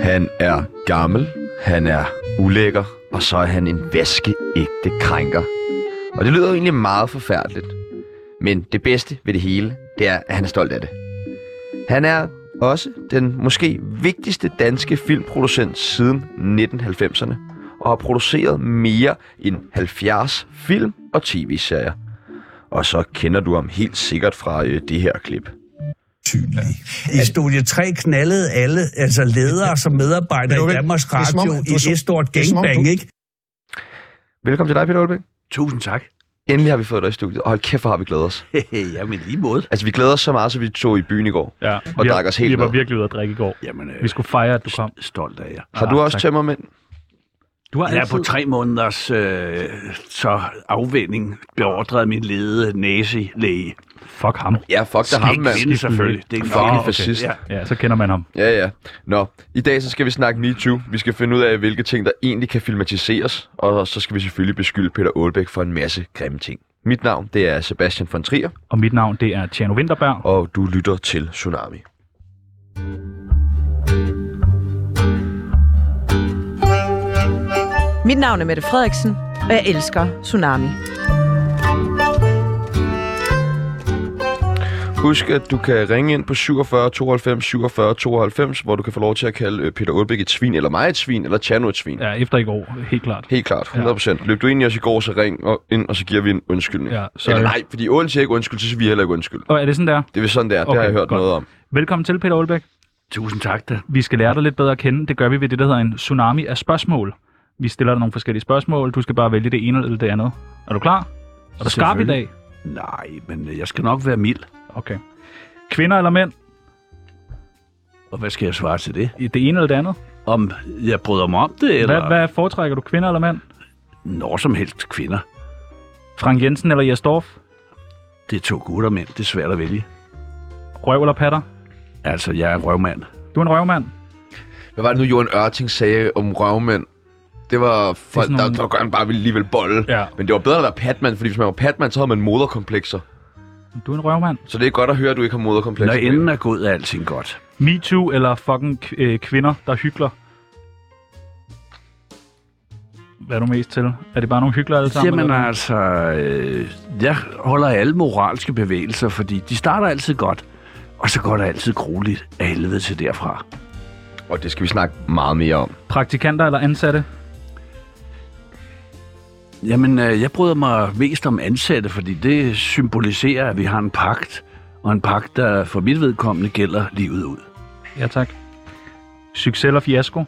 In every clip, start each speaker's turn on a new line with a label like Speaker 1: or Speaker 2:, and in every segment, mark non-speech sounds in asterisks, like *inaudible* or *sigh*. Speaker 1: Han er gammel, han er ulækker, og så er han en vaskeægte krænker. Og det lyder jo egentlig meget forfærdeligt. Men det bedste ved det hele, det er, at han er stolt af det. Han er også den måske vigtigste danske filmproducent siden 1990'erne, og har produceret mere end 70 film og tv-serier. Og så kender du ham helt sikkert fra øh, det her klip.
Speaker 2: synlig. I studie 3 knaldede alle altså ledere som medarbejdere i
Speaker 3: Okay.
Speaker 2: Danmarks
Speaker 3: Det er som om,
Speaker 2: Radio
Speaker 3: du er
Speaker 2: i
Speaker 3: som-
Speaker 2: et stort
Speaker 3: det er som om,
Speaker 2: gangbang,
Speaker 3: du-
Speaker 2: ikke?
Speaker 1: Velkommen til dig, Peter Olbæk.
Speaker 4: Tusind tak.
Speaker 1: Endelig har vi fået dig i studiet, og hold kæft, hvor har vi glædet *laughs* os.
Speaker 4: Jamen lige måde.
Speaker 1: Altså, vi glæder os så meget, så vi tog i byen i går.
Speaker 5: Ja,
Speaker 1: Og
Speaker 5: vi,
Speaker 1: drak os helt
Speaker 5: Vi var
Speaker 1: ned.
Speaker 5: virkelig ude at drikke i går.
Speaker 4: Jamen, øh,
Speaker 5: Vi skulle fejre, at du kom.
Speaker 4: stolt af jer.
Speaker 1: Har
Speaker 5: Ah,
Speaker 1: du også
Speaker 5: tak.
Speaker 1: tømmermænd?
Speaker 5: Du har
Speaker 4: Jeg er på tre måneders øh, så afvænding beordret min lede næselæge.
Speaker 5: Fuck ham.
Speaker 1: Ja, fuck dig ham,
Speaker 4: Ikke
Speaker 1: mand.
Speaker 4: kvinde selvfølgelig. Det er en
Speaker 1: Fucking
Speaker 4: kvinde.
Speaker 1: fascist.
Speaker 4: Ja.
Speaker 5: Ja, så kender man ham.
Speaker 1: Ja, ja. Nå, i dag så skal vi snakke MeToo. Vi skal finde ud af, hvilke ting, der egentlig kan filmatiseres. Og så skal vi selvfølgelig beskylde Peter Aalbæk for en masse grimme ting. Mit navn, det er Sebastian von Trier,
Speaker 5: Og mit navn, det er Tjerno Winterberg.
Speaker 1: og du lytter til Tsunami.
Speaker 6: Mit navn er Mette Frederiksen, og jeg elsker Tsunami.
Speaker 1: Husk, at du kan ringe ind på 47 92 47 92, hvor du kan få lov til at kalde øh, Peter Aalbæk et svin, eller mig et svin, eller Tjerno et svin. Ja.
Speaker 5: Ja, efter i går, helt klart.
Speaker 1: Helt klart, 100%. Ja. Løb du ind i os i går, så ring og ind, og så giver vi en undskyldning.
Speaker 5: Ja,
Speaker 1: så...
Speaker 5: så-
Speaker 1: Eller nej, fordi Ålen siger ikke undskyld, så siger vi heller ikke undskyld.
Speaker 5: Og er det sådan der?
Speaker 1: Det er vel sådan, det er. Okay, det
Speaker 5: Okay,
Speaker 1: har jeg hørt
Speaker 5: godt.
Speaker 1: noget om.
Speaker 5: Velkommen til, Peter Olbæk.
Speaker 4: Tusind tak da.
Speaker 5: Vi skal lære dig lidt bedre at kende. Det gør vi ved det, der hedder en tsunami af spørgsmål. Vi stiller dig nogle forskellige spørgsmål. Du skal bare vælge det ene eller det andet. Er du klar? Er du skarp i
Speaker 4: Selvfølgelig.
Speaker 5: dag?
Speaker 4: Nej, men øh, jeg skal nok være mild.
Speaker 5: Okay. Kvinder eller mænd?
Speaker 4: Og hvad skal jeg svare til det?
Speaker 5: I Det ene eller det andet?
Speaker 4: Om jeg bryder mig om det, eller
Speaker 5: Hvad, hvad foretrækker du? Kvinder eller mænd?
Speaker 4: når som helst kvinder.
Speaker 5: Frank Jensen eller Jes Dorf?
Speaker 4: Det er to gutter mænd. Det er svært at vælge.
Speaker 5: Røv eller patter?
Speaker 4: Altså, jeg er røvmand.
Speaker 5: Du er en røvmand.
Speaker 1: Hvad var det nu, Johan Ørting sagde om røvmænd? Det var folk,
Speaker 5: sådan
Speaker 1: det der,
Speaker 5: nogle-
Speaker 1: der gerne bare ville alligevel bolle.
Speaker 5: Ja.
Speaker 1: Men det var bedre at være patman, fordi hvis man var patman, så havde man moderkomplekser.
Speaker 5: Du er en røvmand.
Speaker 1: Så det er godt at høre, at du ikke har
Speaker 4: Når
Speaker 1: moderkomplekser.
Speaker 4: enden er god, er alting godt.
Speaker 5: Me Too eller fucking k- øh, kvinder, der hykler? Hvad er du mest til? Er det bare nogle hykler alle sammen?
Speaker 4: Jamen
Speaker 5: eller hvad?
Speaker 4: altså, øh, jeg holder af alle moralske bevægelser, fordi de starter altid godt, og så går det altid grueligt af helvede til derfra.
Speaker 1: Og det skal vi snakke meget mere om.
Speaker 5: Praktikanter eller ansatte?
Speaker 4: Jamen, øh, jeg bryder mig mest om ansatte, fordi det symboliserer, at vi har en pagt, og en pagt, der for mit vedkommende gælder livet ud.
Speaker 5: Ja tak. Succes eller fiasko?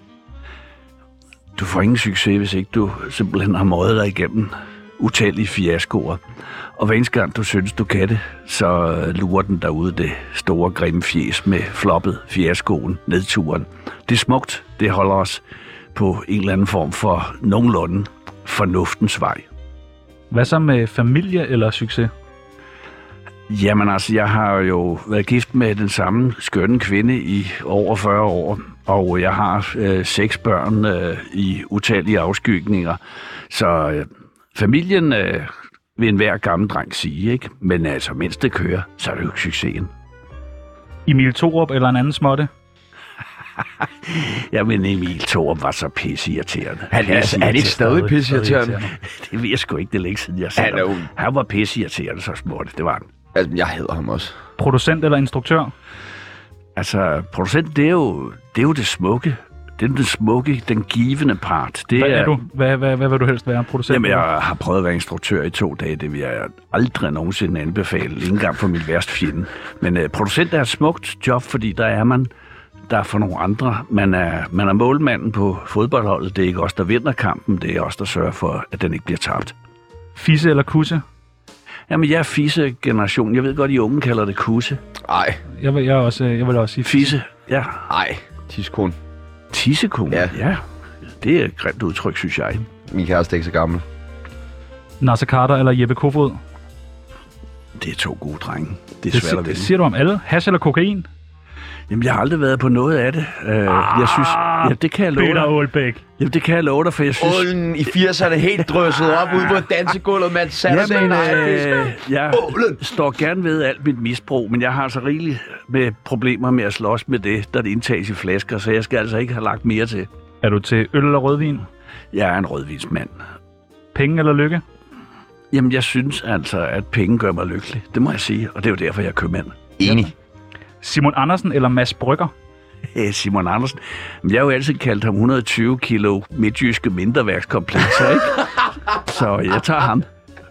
Speaker 4: Du får ingen succes, hvis ikke du simpelthen har møjet dig igennem utallige fiaskoer. Og hver eneste gang, du synes, du kan det, så lurer den derude det store, grimme fjes med floppet, fiaskoen, nedturen. Det er smukt. Det holder os på en eller anden form for nogenlunde fornuftens vej.
Speaker 5: Hvad så med familie eller succes?
Speaker 4: Jamen altså, jeg har jo været gift med den samme skønne kvinde i over 40 år, og jeg har øh, seks børn øh, i utallige afskygninger. Så øh, familien øh, vil enhver gammel dreng sige, ikke? Men altså, mens det kører, så er det jo ikke succesen.
Speaker 5: Emil Thorup eller en anden småtte?
Speaker 4: Jamen, Emil Thorup var så pisseirriterende.
Speaker 1: stadig pisseirriterende?
Speaker 4: Det ved jeg sgu ikke, det er længe siden, jeg
Speaker 1: Han er
Speaker 4: sagde
Speaker 1: jo-
Speaker 4: ham. Han var pisseirriterende, så småt. Det var han.
Speaker 1: Altså, jeg hader ham også.
Speaker 5: Producent eller instruktør?
Speaker 4: Altså, producent, det er jo det, er jo det smukke. Det er den smukke, den givende part. Det
Speaker 5: Hvad er du? Hvad, hvad, hvad vil du helst være? Producent?
Speaker 4: Jamen, jeg
Speaker 5: eller-
Speaker 4: har prøvet at være instruktør i to dage. Det vil jeg aldrig nogensinde anbefale. Ikke engang for min værste fjende. Men øh, producent er et smukt job, fordi der er man der er for nogle andre. Man er, man er målmanden på fodboldholdet. Det er ikke os, der vinder kampen. Det er os, der sørger for, at den ikke bliver tabt.
Speaker 5: Fisse eller kusse?
Speaker 4: Jamen, jeg er fisse-generation. Jeg ved godt, I unge kalder det kusse.
Speaker 1: Ej,
Speaker 5: Jeg vil, jeg er også, øh, jeg vil også sige
Speaker 4: Fisse. Ja.
Speaker 1: ej. Tiskone.
Speaker 4: Tissekone.
Speaker 1: Ja.
Speaker 4: Ja. ja. Det er et grimt udtryk, synes jeg.
Speaker 1: Min kæreste er ikke så gammel.
Speaker 5: Nasser Carter eller Jeppe Kofod?
Speaker 4: Det er to gode drenge. Det er
Speaker 5: Det,
Speaker 4: svært
Speaker 5: si-
Speaker 4: at
Speaker 5: det
Speaker 4: vælge.
Speaker 5: siger du om alle. Hash eller kokain?
Speaker 4: Jamen, jeg har aldrig været på noget af det. Øh, jeg synes, ja, det kan jeg love
Speaker 5: Ah, Peter
Speaker 4: dig.
Speaker 5: Aalbæk.
Speaker 4: Jamen, det kan jeg love dig, for jeg synes...
Speaker 1: Ålen i 80'erne helt drysset op ude på dansegulvet med en Saturday
Speaker 4: Jamen,
Speaker 1: Night Fever.
Speaker 4: øh, jeg
Speaker 1: Ålen.
Speaker 4: står gerne ved alt mit misbrug, men jeg har så rigeligt med problemer med at slås med det, der det indtages i flasker, så jeg skal altså ikke have lagt mere til.
Speaker 5: Er du til øl eller rødvin?
Speaker 4: Jeg er en rødvinsmand.
Speaker 5: Penge eller lykke?
Speaker 4: Jamen, jeg synes altså, at penge gør mig lykkelig. Det må jeg sige, og det er jo derfor, jeg er købmand. *laughs*
Speaker 1: Enig.
Speaker 5: Simon Andersen eller Mads Brygger?
Speaker 4: Øh, Simon Andersen. Men jeg har jo altid kaldt ham 120 kilo midtjyske mindreværkskomplekser, ikke?
Speaker 5: *laughs*
Speaker 4: Så jeg tager ham.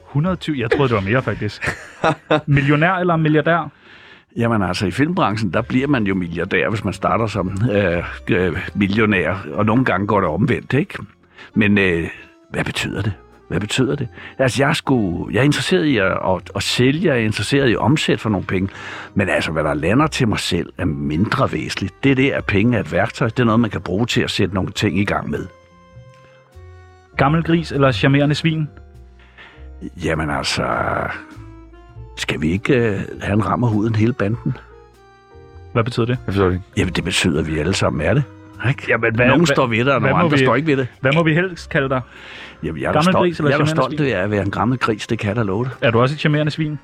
Speaker 5: 120? Jeg troede, det var mere, faktisk. Millionær eller milliardær?
Speaker 4: Jamen altså, i filmbranchen, der bliver man jo milliardær, hvis man starter som øh, øh, millionær. Og nogle gange går det omvendt, ikke? Men øh, hvad betyder det? Hvad betyder det? Altså, jeg er, sgu, jeg er interesseret i at, at, at sælge, jeg er interesseret i at omsætte for nogle penge. Men altså, hvad der lander til mig selv, er mindre væsentligt. Det der, at penge er et værktøj, det er noget, man kan bruge til at sætte nogle ting i gang med.
Speaker 5: Gammel gris eller charmerende svin?
Speaker 4: Jamen altså, skal vi ikke øh, have en ram af huden hele banden?
Speaker 5: Hvad betyder det?
Speaker 1: Jeg forstår det ikke.
Speaker 4: Jamen det betyder, at vi alle sammen er det. Ikke?
Speaker 5: Jamen, hvad-
Speaker 4: Nogen
Speaker 5: hvad-
Speaker 4: står ved det, og
Speaker 5: hvad
Speaker 4: nogle
Speaker 5: må
Speaker 4: andre
Speaker 5: vi-
Speaker 4: står ikke ved det.
Speaker 5: Hvad må vi helst kalde dig?
Speaker 4: Jamen, jeg er da
Speaker 5: Gammel
Speaker 4: stolt,
Speaker 5: gris eller
Speaker 4: jeg er da
Speaker 5: charmerende
Speaker 4: stolt ved at være en gammel gris, det kan jeg da love dig.
Speaker 5: Er du også et charmerende svin?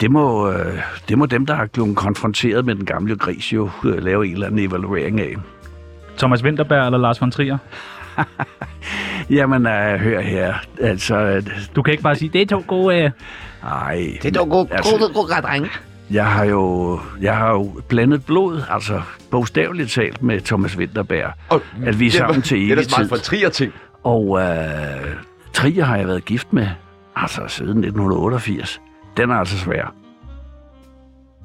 Speaker 4: Det må, øh, det må dem, der har blevet konfronteret med den gamle gris, jo øh, lave en eller anden evaluering af.
Speaker 5: Thomas Winterberg eller Lars von Trier?
Speaker 4: Jamen, øh, hør her. Altså, øh,
Speaker 5: Du kan ikke bare sige, det er to gode... Øh...
Speaker 4: ej.
Speaker 1: Det er dog god,
Speaker 4: Altså-
Speaker 1: god, god, god, god, dreng.
Speaker 4: Jeg har jo, jeg har jo blandet blod, altså bogstaveligt talt med Thomas Winterberg.
Speaker 1: Og
Speaker 4: At vi er sammen til
Speaker 1: Det er da
Speaker 4: evig
Speaker 1: smart
Speaker 4: tid.
Speaker 1: for trier ting.
Speaker 4: Og øh, Trier har jeg været gift med, altså siden 1988. Den er altså svær.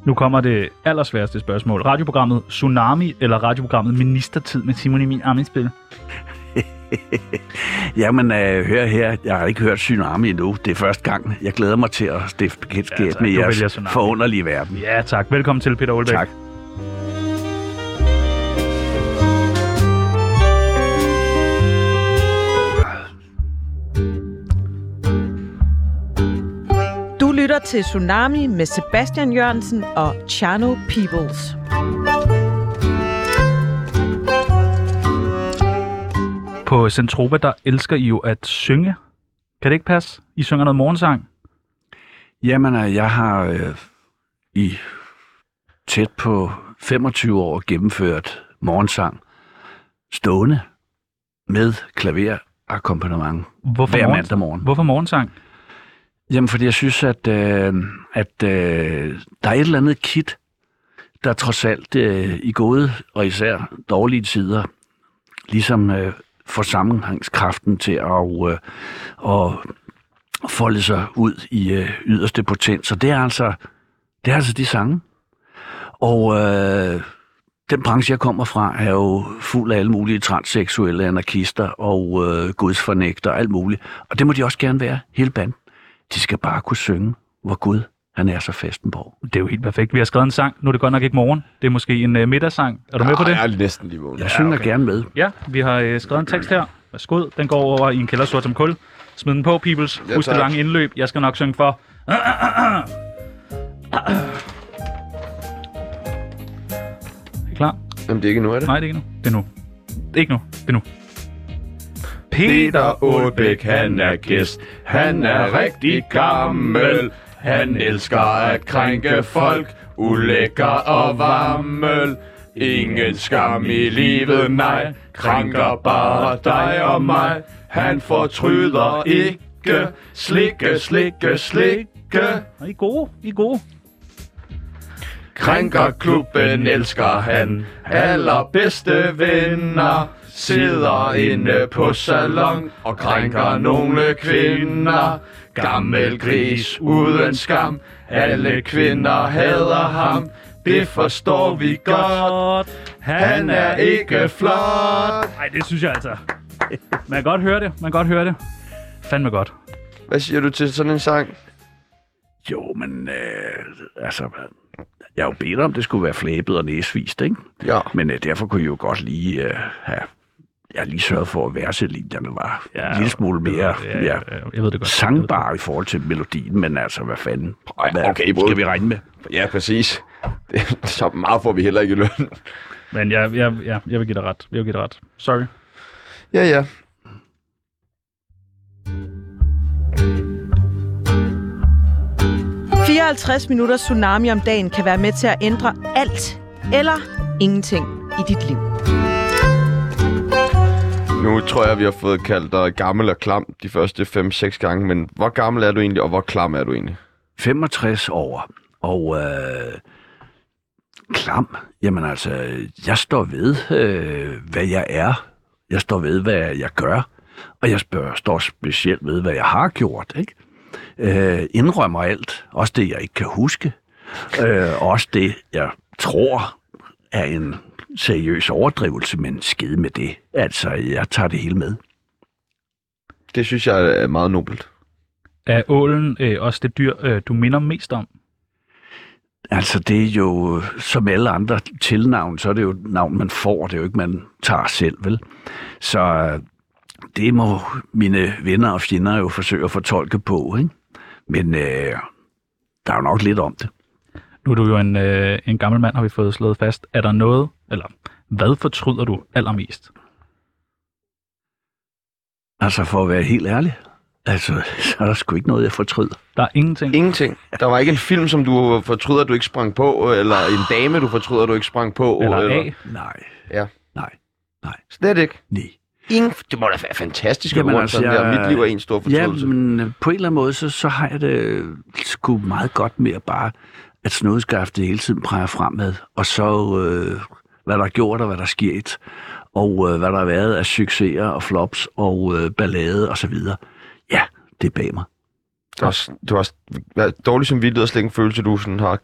Speaker 5: Nu kommer det allersværeste spørgsmål. Radioprogrammet Tsunami eller radioprogrammet Ministertid med Simon Emil Amitsbøl?
Speaker 4: Jamen, øh, hør her, jeg har ikke hørt Tsunami endnu. Det er første gang. Jeg glæder mig til at stifte bekendtskab
Speaker 5: Ja, tak.
Speaker 4: med
Speaker 5: Du vælger
Speaker 4: jeres
Speaker 5: Tsunami.
Speaker 4: forunderlige verden.
Speaker 5: Ja tak. Velkommen til, Peter Olbæk.
Speaker 4: Tak.
Speaker 6: Du lytter til Tsunami med Sebastian Jørgensen og Chano Peoples.
Speaker 5: På Centropa, der elsker I jo at synge. Kan det ikke passe? I synger noget morgensang.
Speaker 4: Jamen, øh, jeg har øh, i tæt på 25 år gennemført morgensang stående med klaverakkompagnement
Speaker 5: Hvorfor,
Speaker 4: hver
Speaker 5: morgens-
Speaker 4: mandag morgen.
Speaker 5: Hvorfor morgensang?
Speaker 4: Jamen, fordi jeg synes, at, øh, at øh, der er et eller andet kit, der trods alt øh, i gode og især dårlige tider, ligesom øh, får sammenhængskraften til at, øh, at folde sig ud i øh, yderste potens. Og det er altså, det er altså de sange. Og øh, den branche, jeg kommer fra, er jo fuld af alle mulige transseksuelle anarkister og øh, gudsfornægter og alt muligt. Og det må de også gerne være, hele banden. De skal bare kunne synge, hvor Gud han er så festenborg.
Speaker 5: Det er jo helt perfekt. Vi har skrevet en sang. Nu er det godt nok ikke morgen. Det er måske en uh, middagssang. Er du med på det?
Speaker 1: Jeg er næsten lige vågen.
Speaker 4: Jeg ja, synger okay. gerne med.
Speaker 5: Ja, vi har øh, skrevet en tekst her. Værsgo, den går over i en kælder sort som kul. Smid den på, peoples.
Speaker 1: Ja,
Speaker 5: Husk det
Speaker 1: tak.
Speaker 5: lange indløb. Jeg skal nok synge for. Er I klar?
Speaker 1: Jamen, det er ikke nu, er det?
Speaker 5: Nej, det er ikke nu. Det er nu. Det er ikke nu. Det er nu. Peter Aalbæk, han er gæst.
Speaker 3: Han er rigtig gammel. Han elsker at krænke folk. Ulækker og varmel. Ingen skam i livet, nej. Krænker bare dig og mig. Han fortryder ikke. Slikke, slikke, slikke.
Speaker 5: Er I gode? I er gode?
Speaker 3: Krænker klubben elsker han. Allerbedste venner sidder inde på salon og krænker nogle kvinder. Gammel gris uden skam. Alle kvinder hader ham. Det forstår vi godt. Han er ikke flot.
Speaker 5: Nej, det synes jeg altså. Man kan godt høre det. Man kan godt høre det. Fandme godt.
Speaker 1: Hvad siger du til sådan en sang?
Speaker 4: Jo, men øh, altså, jeg har jo bedt om, det skulle være flæbet og næsvist, ikke?
Speaker 1: Ja.
Speaker 4: Men øh, derfor kunne jeg jo godt lige øh, have... Jeg har lige sørget for, at værselinjerne var ja, en lille smule mere ja, ja, ja.
Speaker 5: Jeg ved det godt.
Speaker 4: sangbare i forhold til melodien, men altså, hvad fanden?
Speaker 1: Ej,
Speaker 4: Hvad
Speaker 1: okay, bro.
Speaker 4: skal vi regne med?
Speaker 1: Ja, præcis. *laughs* Det, så meget får vi heller ikke i løn.
Speaker 5: Men jeg, jeg, jeg, jeg vil give dig ret. Jeg vil give dig ret. Sorry.
Speaker 1: Ja, ja.
Speaker 6: det. 54 minutter tsunami om dagen kan være med til at ændre alt eller ingenting i dit liv.
Speaker 1: Nu tror jeg, vi har fået kaldt dig gammel og klam de første 5-6 gange, men hvor gammel er du egentlig, og hvor klam er du egentlig?
Speaker 4: 65 år, og øh, klam, jamen altså, jeg står ved, øh, hvad jeg er. Jeg står ved, hvad jeg gør, og jeg spørger, står specielt ved, hvad jeg har gjort, ikke? Øh, indrømmer alt, også det, jeg ikke kan huske, øh, også det, jeg tror er en seriøs overdrivelse, men skide med det. Altså, jeg tager det hele med.
Speaker 1: Det synes jeg er meget nobelt.
Speaker 5: Er ålen øh, også det dyr, øh, du minder mest om?
Speaker 4: Altså, det er jo, øh, som alle andre tilnavn, så er det jo et navn, man får. Det er jo ikke, man tager selv, vel? Så øh, det må mine venner og fjender jo forsøge at fortolke på, ikke? Men øh, der er jo nok lidt om det.
Speaker 5: Nu er du jo en, øh, en gammel mand, har vi fået slået fast. Er der noget, eller hvad fortryder du allermest?
Speaker 4: Altså, for at være helt ærlig, altså, *laughs* så er der sgu ikke noget, jeg fortryder.
Speaker 5: Der er ingenting.
Speaker 1: Ingenting. Der var ikke en film, som du fortryder, du ikke sprang på, eller en dame, du fortryder, du ikke sprang på.
Speaker 5: Eller af.
Speaker 4: Nej.
Speaker 1: Ja.
Speaker 4: Nej.
Speaker 1: Slet ikke.
Speaker 4: Nej.
Speaker 1: Ingen, det må da være fantastisk at gå
Speaker 4: Jamen,
Speaker 1: rundt
Speaker 4: altså,
Speaker 1: sådan
Speaker 4: jeg-
Speaker 1: der. Mit liv er en stor
Speaker 4: Ja,
Speaker 1: fortrydelse.
Speaker 4: men øh, på en eller anden måde, så, så har jeg det øh, sgu meget godt med at bare, at snodskaftet hele tiden præger fremad, og så øh, hvad der er gjort og hvad der er sket, og øh, hvad der har været af succeser og flops og øh, ballade og så videre. Ja, det er bag mig.
Speaker 1: Du har, også- du har også- hvad- dårlig samvittighed og slet ikke en følelse, du sådan har.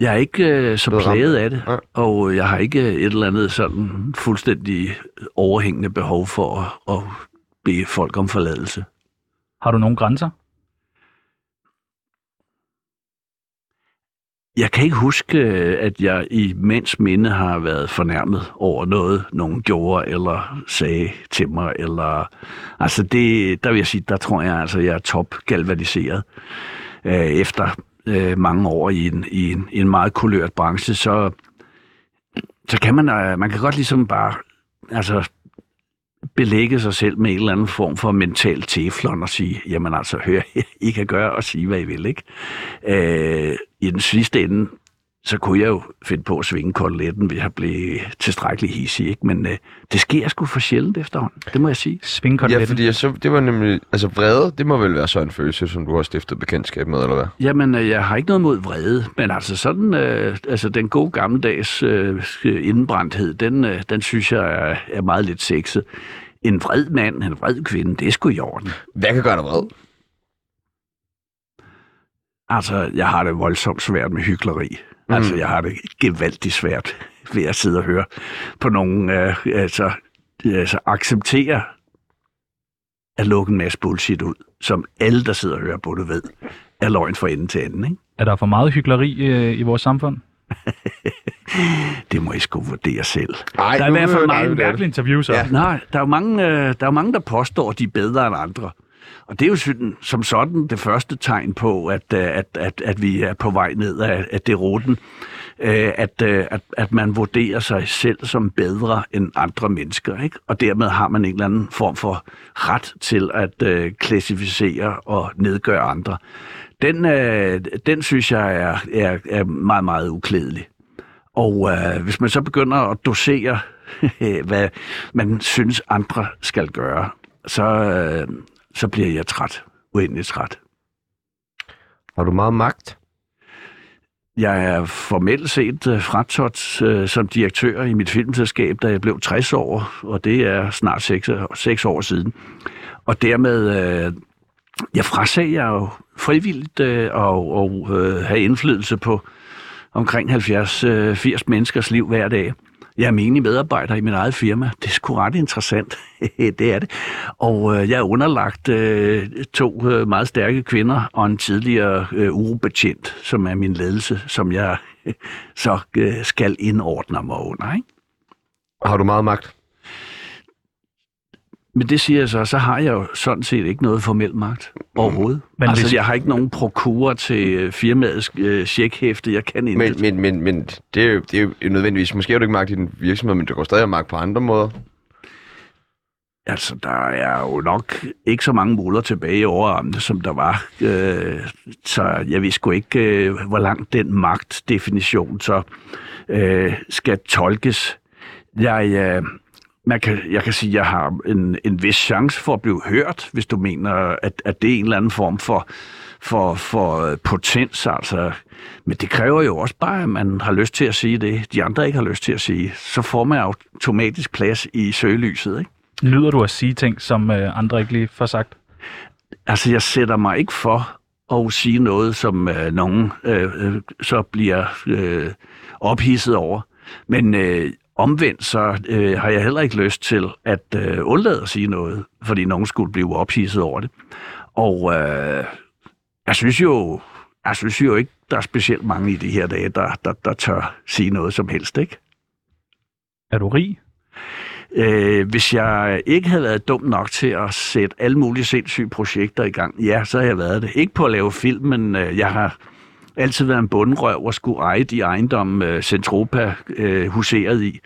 Speaker 4: Jeg er ikke øh, så
Speaker 1: Blevet ramt.
Speaker 4: plaget af det,
Speaker 1: Nej.
Speaker 4: og jeg har ikke øh, et eller andet sådan fuldstændig overhængende behov for at, at bede folk om forladelse.
Speaker 5: Har du nogle grænser?
Speaker 4: Jeg kan ikke huske, øh, at jeg i mænds minde har været fornærmet over noget, nogen gjorde eller sagde til mig. Eller... Altså det, der vil jeg sige, der tror jeg, altså, jeg er top galvaniseret. Øh, efter øh, mange år i en, i en, i en meget kulørt branche, så, så kan man, øh, man kan godt ligesom bare altså, belægge sig selv med en eller anden form for mental teflon og sige, jamen altså, hør, *laughs* I kan gøre og sige, hvad I vil, ikke? Øh, I den sidste ende, så kunne jeg jo finde på at svinge koteletten, hvis jeg blev tilstrækkelig hissig, ikke? Men øh, det sker sgu for sjældent efterhånden, det må jeg sige.
Speaker 5: Svingkoteletten.
Speaker 1: Ja, fordi jeg så, det var nemlig... Altså vrede, det må vel være så en følelse, som du har stiftet bekendtskab med, eller hvad?
Speaker 4: Jamen, øh, jeg har ikke noget mod vrede, men altså sådan, øh, altså den gode gammeldags øh, indbrændthed, den, øh, den synes jeg er, er meget lidt sexet. En vred mand, en vred kvinde, det er sgu i orden.
Speaker 1: Hvad kan gøre dig vred?
Speaker 4: Altså, jeg har det voldsomt svært med hykleri. Mm. Altså, jeg har det gevaldigt svært ved at sidde og høre på nogen, øh, altså, altså acceptere at lukke en masse bullshit ud, som alle, der sidder og hører på det, ved, er løgn fra ende til anden, ikke?
Speaker 5: Er der for meget hykleri øh, i vores samfund?
Speaker 4: Det må I sgu vurdere selv.
Speaker 1: Nej,
Speaker 4: Der er i hvert fald mange
Speaker 5: Mærkeligt interview, så.
Speaker 1: Ja.
Speaker 5: Ja.
Speaker 4: Nej, der er jo mange, øh, der, er jo mange der påstår, at de er bedre end andre. Og det er jo sådan, som sådan det første tegn på, at, øh, at, at, at vi er på vej ned af, af det ruten. Øh, At, øh, at, at man vurderer sig selv som bedre end andre mennesker. Ikke? Og dermed har man en eller anden form for ret til at øh, klassificere og nedgøre andre. Den, øh, den synes jeg er, er, er meget, meget uklædelig. Og øh, hvis man så begynder at dosere, *laughs* hvad man synes, andre skal gøre, så, øh, så bliver jeg træt. Uendelig træt.
Speaker 1: Har du meget magt?
Speaker 4: Jeg er formelt set øh, fratrådt øh, som direktør i mit filmselskab, da jeg blev 60 år, og det er snart 6, 6 år siden. Og dermed, øh, jeg frasagde jeg jo frivilligt øh, og, og øh, have indflydelse på omkring 70-80 menneskers liv hver dag. Jeg er menig medarbejder i min eget firma. Det er sgu ret interessant. *laughs* det er det. Og øh, jeg er underlagt øh, to øh, meget stærke kvinder og en tidligere øh, urobetjent, som er min ledelse, som jeg *laughs* så øh, skal indordne mig under. Ikke?
Speaker 1: Har du meget magt?
Speaker 4: Men det siger jeg så, så har jeg jo sådan set ikke noget formel magt overhovedet.
Speaker 5: Men
Speaker 4: Men altså,
Speaker 5: hvis-
Speaker 4: hvis... jeg har ikke nogen prokurer til øh, firmaets øh, checkhæfte. Jeg kan ikke.
Speaker 1: Men, men, men, men det, er jo, det er jo nødvendigvis. Måske har du ikke magt i din virksomhed, men du går stadig og magt på andre måder.
Speaker 4: Altså, der er jo nok ikke så mange måler tilbage i overarmene, som der var. Øh, så jeg ved sgu ikke, øh, hvor langt den magtdefinition så øh, skal tolkes. Jeg, øh, man kan, jeg kan sige, at jeg har en, en vis chance for at blive hørt, hvis du mener, at, at det er en eller anden form for, for, for øh, potens. Altså. Men det kræver jo også bare, at man har lyst til at sige det, de andre ikke har lyst til at sige. Så får man automatisk plads i søgelyset, ikke?
Speaker 5: Nyder du at sige ting, som øh, andre ikke lige får sagt?
Speaker 4: Altså, jeg sætter mig ikke for at sige noget, som øh, nogen øh, øh, så bliver øh, ophidset over. Men øh, omvendt, så øh, har jeg heller ikke lyst til at øh, undlade at sige noget, fordi nogen skulle blive ophidset over det. Og øh, jeg synes jo, jeg synes jo ikke, der er specielt mange i de her dage, der, der, der tør sige noget som helst, ikke?
Speaker 5: Er du rig?
Speaker 4: Øh, hvis jeg ikke havde været dum nok til at sætte alle mulige sindssyge projekter i gang, ja, så havde jeg været det. Ikke på at lave film, men øh, jeg har altid været en bundenrøv og skulle eje de ejendomme, øh, Centropa øh, huserede i.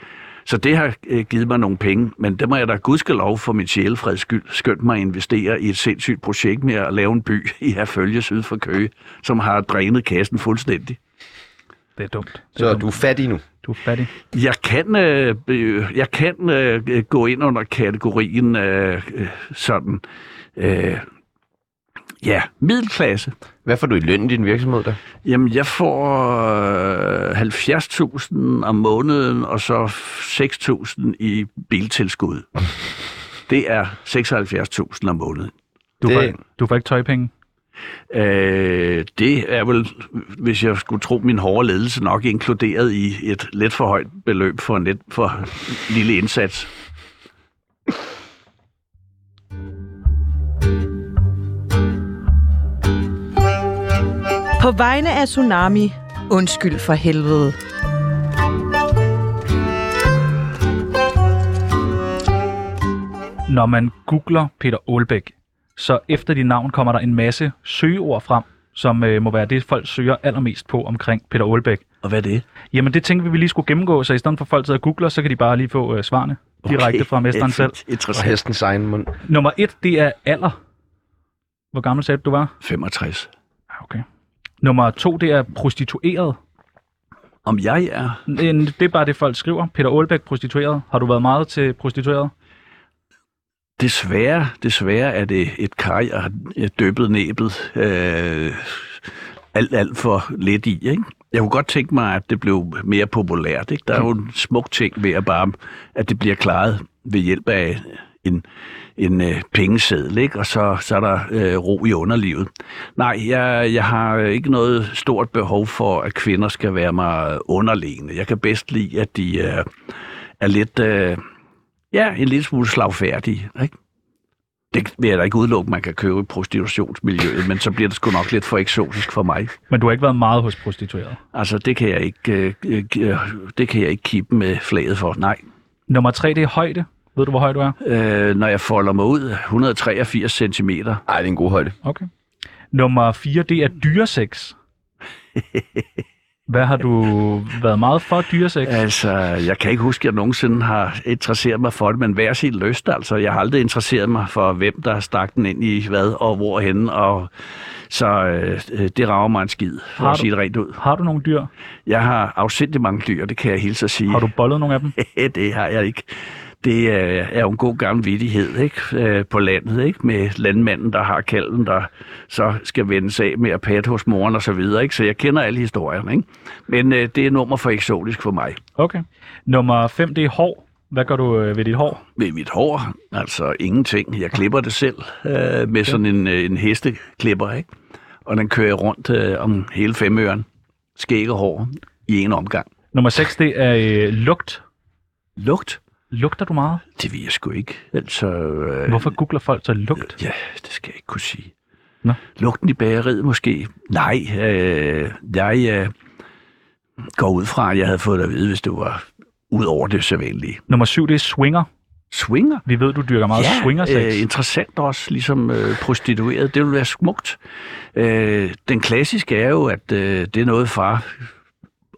Speaker 4: Så det har øh, givet mig nogle penge, men det må jeg da gudskelov for min sjælefreds skyld skyndt mig at investere i et sindssygt projekt med at lave en by i Herfølge syd for Køge, som har drænet kassen fuldstændig.
Speaker 5: Det er dumt. Det er
Speaker 1: Så
Speaker 5: dumt.
Speaker 1: du er fattig nu.
Speaker 5: du er fattig.
Speaker 4: Jeg kan, øh, øh, jeg kan øh, øh, gå ind under kategorien øh, øh, sådan, øh, ja, middelklasse.
Speaker 1: Hvad får du i løn i din virksomhed der?
Speaker 4: Jamen, jeg får øh, 70.000 om måneden, og så 6.000 i biltilskud. Det er 76.000 om måneden.
Speaker 5: Du,
Speaker 1: Det-
Speaker 5: får, du får ikke tøjpenge.
Speaker 4: Øh, det er vel, hvis jeg skulle tro min hårde ledelse, nok inkluderet i et lidt for højt beløb for en lidt for lille indsats.
Speaker 6: På vegne af Tsunami, undskyld for helvede.
Speaker 5: Når man googler Peter Aalbæk, så efter dit navn kommer der en masse søgeord frem, som øh, må være det, folk søger allermest på omkring Peter Aalbæk.
Speaker 4: Og hvad er det?
Speaker 5: Jamen, det tænkte vi, vi lige skulle gennemgå, så i stedet for folk sidder og googler, så kan de bare lige få øh, svarene direkte
Speaker 4: Okay,
Speaker 5: fra mesteren selv.
Speaker 4: effekt.
Speaker 1: Og
Speaker 4: Interessant.
Speaker 1: hestens egen mund.
Speaker 5: Nummer et, det er alder. Hvor gammel sagde du, du var?
Speaker 4: 65.
Speaker 5: Ah, Okay. Nummer to, det er prostitueret.
Speaker 4: Om jeg er...
Speaker 5: En- Det er bare det, folk skriver. Peter Aalbæk, prostitueret. Har du været meget til prostitueret?
Speaker 4: Desværre, desværre er det et kar, jeg har døbet næbet øh, alt, alt for lidt i. Ikke? Jeg kunne godt tænke mig, at det blev mere populært. Ikke? Der er jo en smuk ting ved at bare, at det bliver klaret ved hjælp af en, en øh, pengeseddel, ikke? og så, så er der øh, ro i underlivet. Nej, jeg, jeg har ikke noget stort behov for, at kvinder skal være mig underliggende. Jeg kan bedst lide, at de øh, er lidt... Øh, Ja, en lille smule slagfærdig, ikke? Det vil jeg da ikke udelukke, man kan købe i prostitutionsmiljøet, men så bliver det sgu nok lidt for eksotisk for mig.
Speaker 5: Men du har ikke været meget hos prostitueret.
Speaker 4: Altså, det kan jeg ikke, øh, øh, øh, det kan jeg ikke kippe med flaget for. Nej.
Speaker 5: Nummer tre, det er højde. Ved du, hvor høj du er?
Speaker 4: Øh, når jeg folder mig ud 183 cm,
Speaker 1: Ej, det er en god højde.
Speaker 5: Okay. Nummer 4, det er *laughs* dyresex. Hvad har du været meget for dyresex?
Speaker 4: altså, jeg kan ikke huske, at jeg nogensinde har interesseret mig for det, men hver sin lyst, altså. Jeg har aldrig interesseret mig for, hvem der har stak den ind i hvad og hvorhen, og så øh, øh, det rager mig en skid, for
Speaker 5: Har
Speaker 4: at
Speaker 5: du-
Speaker 4: sige det rent ud.
Speaker 5: Har du nogle dyr?
Speaker 4: Jeg har afsindig mange dyr, det kan jeg hilse at sige.
Speaker 5: Har du bollet nogle af dem?
Speaker 4: *laughs* det har jeg ikke. Det øh, er jo en god gammel vittighed ikke? Øh, på landet, ikke? med landmanden, der har kalven, der så skal vendes af med at patte hos moren og så videre. Ikke? Så jeg kender alle historierne, ikke? men øh, det er nummer for eksotisk for mig.
Speaker 5: Okay. Nummer 5, det er hår. Hvad gør du øh, ved dit hår?
Speaker 4: Med mit hår, altså ingenting. Jeg klipper det selv øh, med sådan en, øh, en hesteklipper, ikke? og den kører jeg rundt øh, om hele femøren, skæg og hår i en omgang.
Speaker 5: Nummer 6, det er øh, lugt.
Speaker 4: Lugt?
Speaker 5: Lugter du meget?
Speaker 4: Det ved jeg sgu ikke. Altså, øh,
Speaker 5: Hvorfor googler folk så lugt?
Speaker 4: Ja, det skal jeg ikke kunne sige.
Speaker 5: Nå.
Speaker 4: Lugten i bageriet måske? Nej, øh, jeg øh, går ud fra, at jeg havde fået det at vide, hvis det var ud over det sædvanlige.
Speaker 5: Nummer 7, det er swinger.
Speaker 4: Swinger?
Speaker 5: Vi ved, du dyrker meget ja, swingersex.
Speaker 4: øh, interessant også, ligesom øh, prostitueret. Det ville være smukt. Øh, den klassiske er jo, at øh, det er noget, far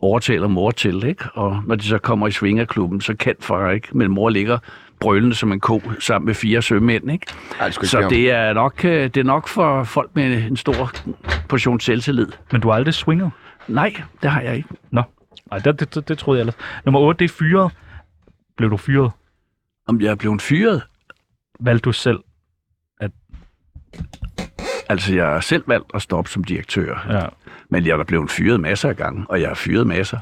Speaker 4: overtaler mor til, ikke? Og når de så kommer i svingerklubben, så kan far ikke, men mor ligger brølende som en ko sammen med fire sømænd, ikke?
Speaker 1: Ej, det skulle
Speaker 4: Så
Speaker 1: ikke det...
Speaker 4: det er, nok, øh, det er nok for folk med en stor portion selvtillid.
Speaker 5: Men du har aldrig swinget.
Speaker 4: Nej, det har jeg ikke.
Speaker 5: Nå, Ej, det, det, det, det troede jeg ellers. Nummer 8, det er fyret. Blev du fyret?
Speaker 4: Om jeg er blevet fyret?
Speaker 5: Valgte du selv?
Speaker 4: Altså, jeg har selv valgt at stoppe som direktør.
Speaker 5: Ja.
Speaker 4: Men jeg er da blevet fyret masser af gange, og jeg har fyret masser.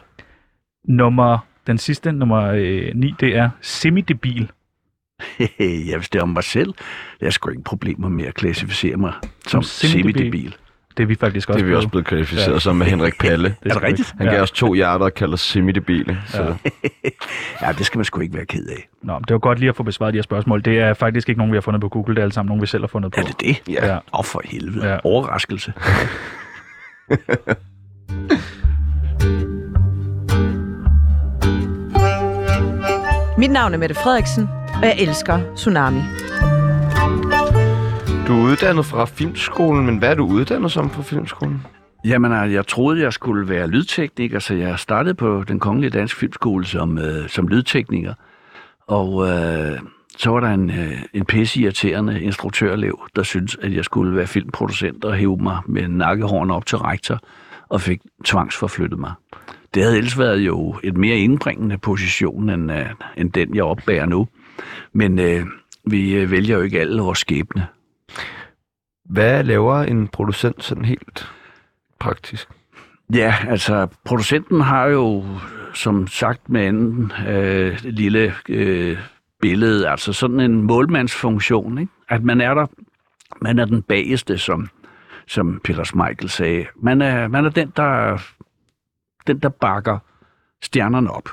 Speaker 4: *laughs*
Speaker 5: Nummer, den sidste, nummer øh, 9, det er semidebil.
Speaker 4: ja, hvis det er om mig selv, jeg har sgu ikke problemer med at klassificere mig som
Speaker 5: Som semidebil.
Speaker 4: semidebil.
Speaker 5: Det er vi faktisk
Speaker 3: Det
Speaker 5: også
Speaker 3: er vi også blevet kvalificeret ja. som med Henrik Palle.
Speaker 5: det
Speaker 4: Er det
Speaker 5: sgu
Speaker 4: rigtigt?
Speaker 5: ikke.
Speaker 1: Han gav os to hjerter og kaldte os semidebil. Så ja.
Speaker 4: Ja, det skal man sgu ikke være ked af.
Speaker 5: Nå, men det var godt lige at få besvaret de her spørgsmål. Det er faktisk ikke nogen, vi har fundet på Google. Det er alle sammen nogen, vi selv har fundet på.
Speaker 4: Er det det?
Speaker 5: Ja.
Speaker 4: Og for helvede.
Speaker 5: Ja.
Speaker 4: Ja. Overraskelse.
Speaker 6: Mit navn er Mette Frederiksen, og jeg elsker Tsunami.
Speaker 1: Du er uddannet fra filmskolen, men hvad er du uddannet som fra filmskolen?
Speaker 4: Jamen, øh, jeg troede, jeg skulle være lydtekniker, så jeg startede på den kongelige danske filmskole som, øh, som lydtekniker. Og øh, så var der en, øh, en pisse irriterende instruktørelev, der syntes, at jeg skulle være filmproducent og hæve mig med nakkehårene op til rektor og fik tvangsforflyttet mig. Det havde ellers været jo et mere indbringende position, end, øh, end den, jeg opbærer nu. Men øh, vi øh, vælger jo ikke alle vores skæbne.
Speaker 1: Hvad laver en producent sådan helt praktisk?
Speaker 4: Ja, altså producenten har jo som sagt med anden øh, lille øh, billede, altså sådan en målmandsfunktion, ikke? at man er der, man er den bageste, som, som Peter Schmeichel sagde. Man er, man er den, der, den, der bakker stjernerne op.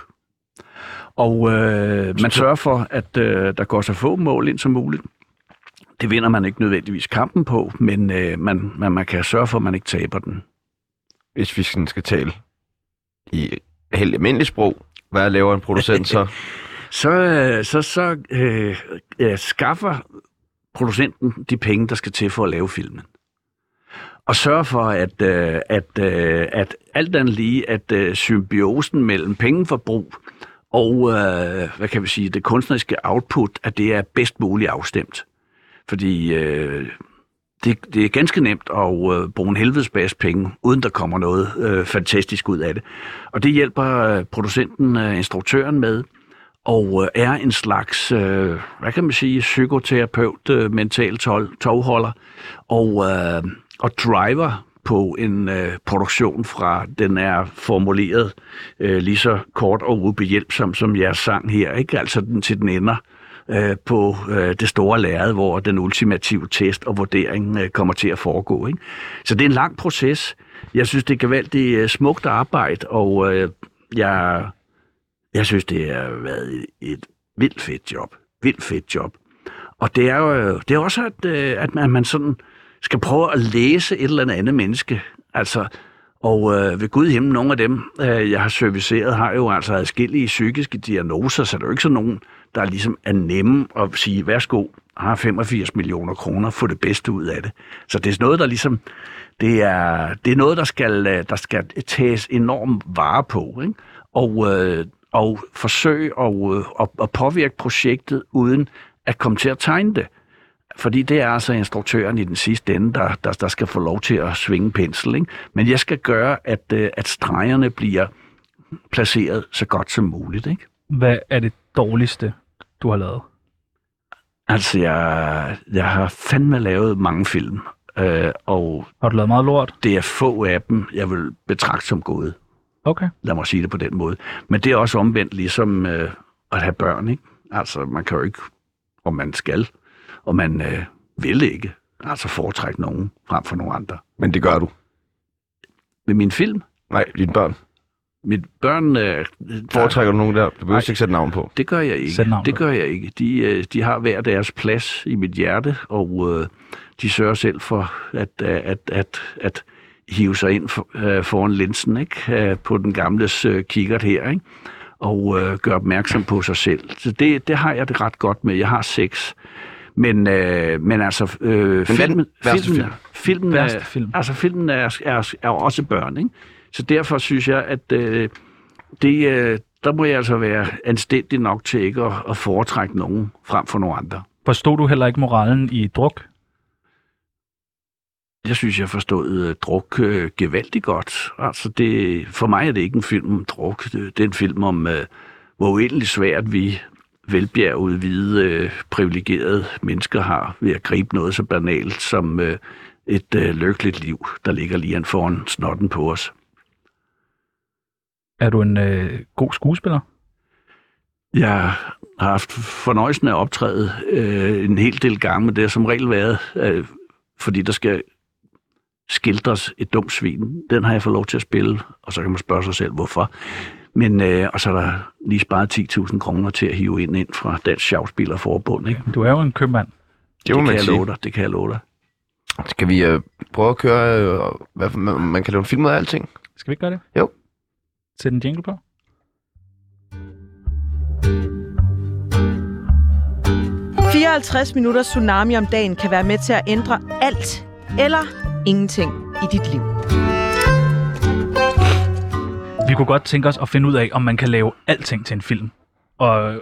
Speaker 4: Og øh, man sørger for, at øh, der går så få mål ind som muligt. Det vinder man ikke nødvendigvis kampen på, men øh, man, man, man kan sørge for, at man ikke taber den.
Speaker 1: Hvis vi sådan skal tale i helt almindeligt sprog, hvad laver en producent så? *laughs*
Speaker 4: så, øh, så, så øh, øh, skaffer producenten de penge, der skal til for at lave filmen. Og sørger for, at, øh, at, øh, at alt andet lige, at øh, symbiosen mellem pengeforbrug og, øh, hvad kan vi sige, det kunstneriske output, at det er bedst muligt afstemt. Fordi øh, det, det er ganske nemt at øh, bruge en helvedes bas penge, uden der kommer noget øh, fantastisk ud af det. Og det hjælper øh, producenten, øh, instruktøren med, og øh, er en slags, øh, hvad kan man sige, psykoterapeut, øh, mental tol- togholder og, øh, og driver på en øh, produktion fra, den er formuleret øh, lige så kort og ubehjælpsom som jeres sang her, ikke? Altså den til den ender øh, på øh, det store lærred, hvor den ultimative test og vurdering øh, kommer til at foregå. Ikke? Så det er en lang proces. Jeg synes, det er gevaldigt øh, smukt arbejde, og øh, jeg jeg synes, det har været et vildt fedt job. Vildt fedt job. Og det er jo det er også, at, øh, at man, man sådan skal prøve at læse et eller andet andet menneske. Altså, og øh, ved Gud i himlen, nogle af dem, øh, jeg har serviceret, har jo altså adskillige psykiske diagnoser, så det er jo ikke sådan nogen, der ligesom er nemme at sige, værsgo, har 85 millioner kroner, få det bedste ud af det. Så det er sådan noget, der ligesom, det er, det er noget, der skal, øh, der skal tages enorm vare på, ikke? Og, øh, og forsøge at, øh, at, at påvirke projektet, uden at komme til at tegne det. Fordi det er altså instruktøren i den sidste ende, der, der, der skal få lov til at svinge pensel. Ikke? Men jeg skal gøre, at, øh, at stregerne bliver placeret så godt som muligt. Ikke?
Speaker 5: Hvad er det dårligste, du har lavet?
Speaker 4: Altså, jeg, jeg har fandme lavet mange film, øh, og
Speaker 5: Har du lavet meget lort?
Speaker 4: det er få af dem, jeg vil betragte som gode.
Speaker 5: Okay.
Speaker 4: Lad mig sige det på den måde. Men det er også omvendt ligesom øh, at have børn, ikke? Altså, man kan jo ikke, og man skal, og man øh, vil ikke, altså foretrække nogen frem for nogen andre.
Speaker 1: Men det gør du.
Speaker 4: Med min film,
Speaker 1: Nej, dine børn.
Speaker 4: mit børn, øh,
Speaker 1: Foretrækker du nogen der? Du behøver ikke sætte navn på.
Speaker 4: det gør jeg ikke.
Speaker 5: Sæt navn
Speaker 4: Det
Speaker 5: på.
Speaker 4: gør jeg ikke. De, øh, de har hver deres plads i mit hjerte, og øh, de sørger selv for at, at, at, at, at hive sig ind for, øh, foran linsen ikke? Øh, på den gamle øh, kikkert her. Ikke? og øh, gøre opmærksom på sig selv. Så det, det har jeg det ret godt med. Jeg har seks. Men, øh, men altså, øh,
Speaker 1: den
Speaker 4: filmen,
Speaker 1: værste
Speaker 4: filmen,
Speaker 1: film?
Speaker 4: filmen, er,
Speaker 5: Værste film.
Speaker 4: Altså, filmen er, er, er også børn, ikke? Så derfor synes jeg, at øh, det, øh, der må jeg altså være anstændig nok til ikke at, at foretrække nogen frem for nogen andre.
Speaker 5: Forstod du heller ikke moralen i druk?
Speaker 4: Jeg synes, jeg forstod øh, druk øh, gevaldigt godt. Altså det, for mig er det ikke en film om druk. Det, det er en film om, øh, hvor uendelig svært vi velbjergede, hvide, øh, privilegerede mennesker har ved at gribe noget så banalt som øh, et øh, lykkeligt liv, der ligger lige an foran snotten på os.
Speaker 5: Er du en øh, god skuespiller?
Speaker 4: Jeg har haft fornøjelsen af at optræde øh, en hel del gange, men det har som regel været, øh, fordi der skal skildres et dumt svin. Den har jeg fået lov til at spille, og så kan man spørge sig selv, hvorfor. Men, øh, og så er der lige sparet 10.000 kroner til at hive ind, ind fra Dansk Sjavspillerforbund. Ikke?
Speaker 5: Du er jo en købmand.
Speaker 1: Det må
Speaker 4: kan
Speaker 1: man
Speaker 4: jeg
Speaker 1: sige.
Speaker 4: love dig, det kan jeg love dig.
Speaker 1: Skal vi øh, prøve at køre, øh, hvad, for- man, man kan lave en film ud af alting?
Speaker 5: Skal vi ikke gøre det?
Speaker 1: Jo.
Speaker 5: Sæt en jingle på.
Speaker 6: Ring. 54 minutter tsunami om dagen kan være med til at ændre alt eller ingenting i dit liv.
Speaker 5: Vi kunne godt tænke os at finde ud af, om man kan lave alting til en film. Og øh, det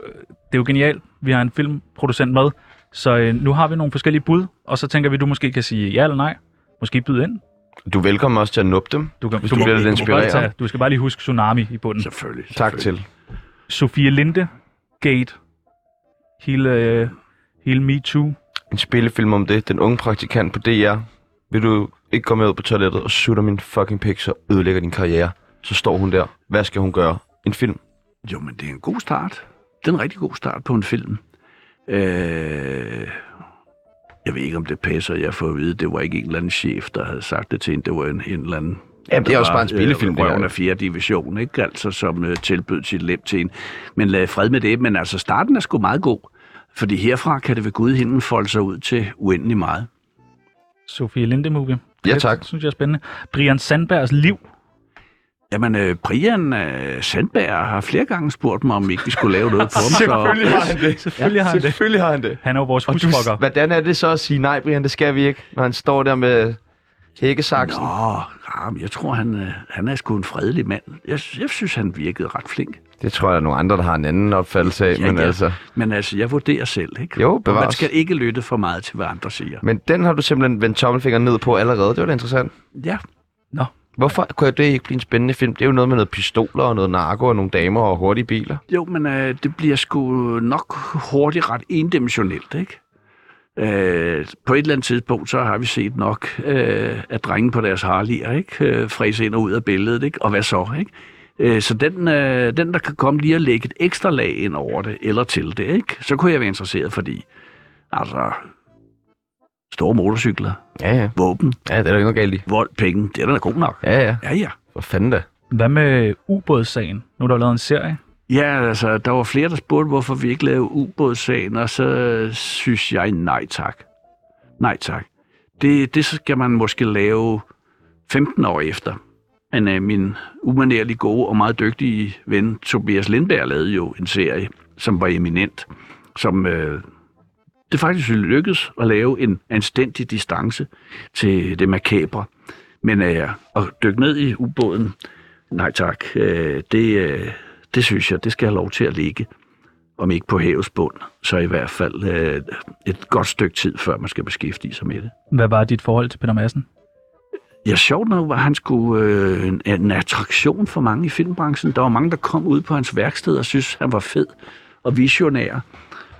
Speaker 5: er jo genialt. Vi har en filmproducent med. Så øh, nu har vi nogle forskellige bud, og så tænker vi, du måske kan sige ja eller nej. Måske byde ind.
Speaker 1: Du er velkommen også til at nuppe dem.
Speaker 5: Du, kan,
Speaker 1: Hvis
Speaker 5: du,
Speaker 1: du
Speaker 5: må,
Speaker 1: bliver lidt
Speaker 5: du, må godt
Speaker 1: inspireret.
Speaker 5: tage, du skal bare lige huske Tsunami i bunden.
Speaker 4: Selvfølgelig.
Speaker 1: Tak
Speaker 4: selvfølgelig.
Speaker 1: til.
Speaker 5: Sofie Linde, Gate, hele, øh, hele Me Too.
Speaker 1: En spillefilm om det. Den unge praktikant på DR. Vil du ikke komme med ud på toilettet og sutter min fucking pik, så ødelægger din karriere. Så står hun der. Hvad skal hun gøre? En film.
Speaker 4: Jo, men det er en god start. Det er en rigtig god start på en film. Øh, jeg ved ikke, om det passer. Jeg får at vide, det var ikke en eller anden chef, der havde sagt det til en. Det var en, en eller anden...
Speaker 1: Jamen, det er
Speaker 4: der
Speaker 1: også
Speaker 4: var,
Speaker 1: bare en spillefilm,
Speaker 4: Øh,
Speaker 1: det
Speaker 4: røven
Speaker 1: her.
Speaker 4: af 4. division, ikke? Altså, som øh, tilbød sit lem til en. Men lad fred med det. Men altså, starten er sgu meget god. Fordi herfra kan det ved Gud hinden folde sig ud til uendelig meget.
Speaker 5: Sofie Linde movie.
Speaker 1: Ja,
Speaker 5: Det
Speaker 1: tak.
Speaker 5: synes jeg er spændende. Brian Sandbergs liv.
Speaker 4: Jamen, øh, Brian øh, Sandberg har flere gange spurgt mig, om ikke vi skulle lave noget på ham. Så,
Speaker 1: har han det.
Speaker 5: Selvfølgelig har han det.
Speaker 1: Selvfølgelig har han det.
Speaker 5: Han er jo vores
Speaker 1: Og du,
Speaker 5: husfokker.
Speaker 1: hvordan er det så at sige nej, Brian, det skal vi ikke, når han står der med hækkesaksen?
Speaker 4: Nå, jamen, jeg tror, han, øh, han er sgu en fredelig mand. Jeg, jeg synes, han virkede ret flink.
Speaker 1: Det tror jeg, der er nogle andre, der har en anden opfattelse af, ja, men
Speaker 4: ja.
Speaker 1: ja. altså...
Speaker 4: Men altså, jeg vurderer selv, ikke?
Speaker 1: Jo,
Speaker 4: Og Man
Speaker 1: bevares.
Speaker 4: skal ikke lytte for meget til, hvad andre siger.
Speaker 1: Men den har du simpelthen vendt tommelfingeren ned på allerede, det var da interessant.
Speaker 4: Ja,
Speaker 1: Hvorfor kunne det ikke blive en spændende film? Det er jo noget med noget pistoler og noget narko og nogle damer og hurtige biler.
Speaker 4: jo, men øh, det bliver sgu nok hurtigt ret endimensionelt, ikke? Øh, på et eller andet tidspunkt, så har vi set nok, øh, at drenge på deres Harley'er, ikke? Øh, fræse ind og ud af billedet, ikke? Og hvad så, ikke? Øh, så den, øh, den, der kan komme lige at lægge et ekstra lag ind over det, eller til det, ikke? Så kunne jeg være interesseret, fordi, altså, store motorcykler,
Speaker 1: Ja, ja.
Speaker 4: våben,
Speaker 1: Ja, det er der ikke noget galt i.
Speaker 4: vold, penge, det er da god nok.
Speaker 1: Ja, ja.
Speaker 4: Ja, ja.
Speaker 1: Hvor fanden da?
Speaker 5: Hvad med ubådssagen? Nu er der jo lavet en serie.
Speaker 4: Ja, altså, der var flere, der spurgte, hvorfor vi ikke lavede ubådssagen, og så øh, synes jeg, nej tak. Nej tak. Det, det skal man måske lave 15 år efter. Men øh, min umanerlig gode og meget dygtige ven, Tobias Lindberg, lavede jo en serie, som var eminent, som øh, det faktisk lykkedes at lave en anstændig distance til det makabre. Men øh, at dykke ned i ubåden, nej tak, øh, det, øh, det synes jeg, det skal jeg have lov til at ligge. Om ikke på havets bund, så i hvert fald øh, et godt stykke tid, før man skal beskæftige sig med det.
Speaker 5: Hvad var dit forhold til Peter Madsen?
Speaker 4: Ja, sjovt nok var han sgu øh, en, en attraktion for mange i filmbranchen. Der var mange, der kom ud på hans værksted og synes han var fed og visionær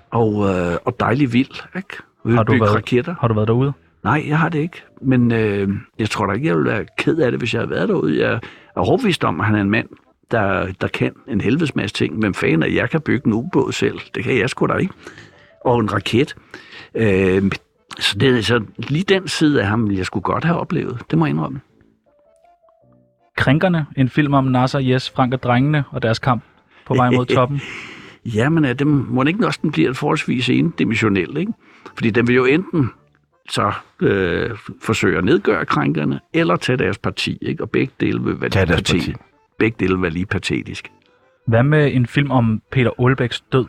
Speaker 4: og, øh, og dejlig vild. Ikke? Ville
Speaker 5: Har du
Speaker 4: bygge
Speaker 5: været-
Speaker 4: raketter.
Speaker 5: Har du været derude?
Speaker 4: Nej, jeg har det ikke. Men øh, jeg tror da ikke, jeg ville være ked af det, hvis jeg havde været derude. Jeg er overbevist om, at han er en mand, der, der kan en helvedes masse ting. Hvem fanden er, jeg kan bygge en ubåd selv? Det kan jeg sgu da ikke. Og en raket. Øh, så, det, så lige den side af ham ville jeg skulle godt have oplevet. Det må jeg indrømme.
Speaker 5: Krænkerne, en film om Nasser, Jes, Frank og drengene og deres kamp på vej
Speaker 4: *laughs*
Speaker 5: mod toppen.
Speaker 4: Jamen, er dem, må den ikke også den bliver forholdsvis endimensionel, ikke? Fordi den vil jo enten så øh, forsøge at nedgøre krænkerne, eller tage deres parti, ikke? Og begge dele vil være,
Speaker 1: Tage
Speaker 4: lige
Speaker 1: deres
Speaker 4: pate-
Speaker 1: parti.
Speaker 4: Begge dele vil være lige patetisk.
Speaker 5: Hvad med en film om Peter Olbæks død?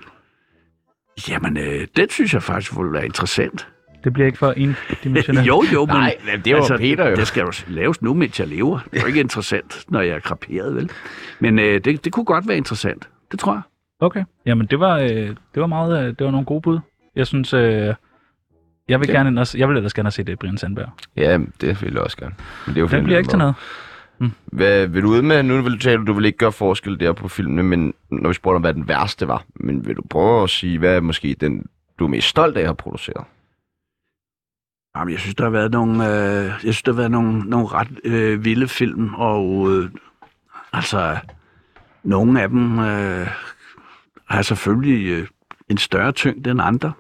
Speaker 4: Jamen, øh, det synes jeg faktisk ville være interessant.
Speaker 5: Det bliver ikke for
Speaker 4: *laughs*
Speaker 5: endimensionelt.
Speaker 4: jo, jo, men... altså,
Speaker 1: Nej, men det var Peter jo.
Speaker 4: Det skal jo laves nu, mens jeg lever. Det er jo ikke interessant, når jeg er kraperet, vel? Men øh, det, det kunne godt være interessant. Det tror jeg.
Speaker 5: Okay. Jamen, det var, øh, det var meget, øh, det var nogle gode bud. Jeg synes, øh, jeg vil,
Speaker 1: Ja.
Speaker 5: gerne ind og, se- jeg vil ellers gerne have set det, Brian Sandberg.
Speaker 1: Ja, det vil jeg også gerne. Men det er jo
Speaker 5: Den
Speaker 1: fandme
Speaker 5: bliver ikke
Speaker 1: lige
Speaker 5: til noget.
Speaker 1: meget. Hvad vil du ud med? Nu vil du tale, du vil ikke gøre forskel der på filmene, men når vi spurgte om, hvad den værste var. Men vil du prøve at sige, hvad er måske den, du er mest stolt af at have produceret?
Speaker 4: Jamen, jeg synes, der har været nogle, øh, jeg synes, der har været nogle, nogle ret øh, vilde film, og øh, altså, nogle af dem øh, har selvfølgelig øh, en større tyngde end andre.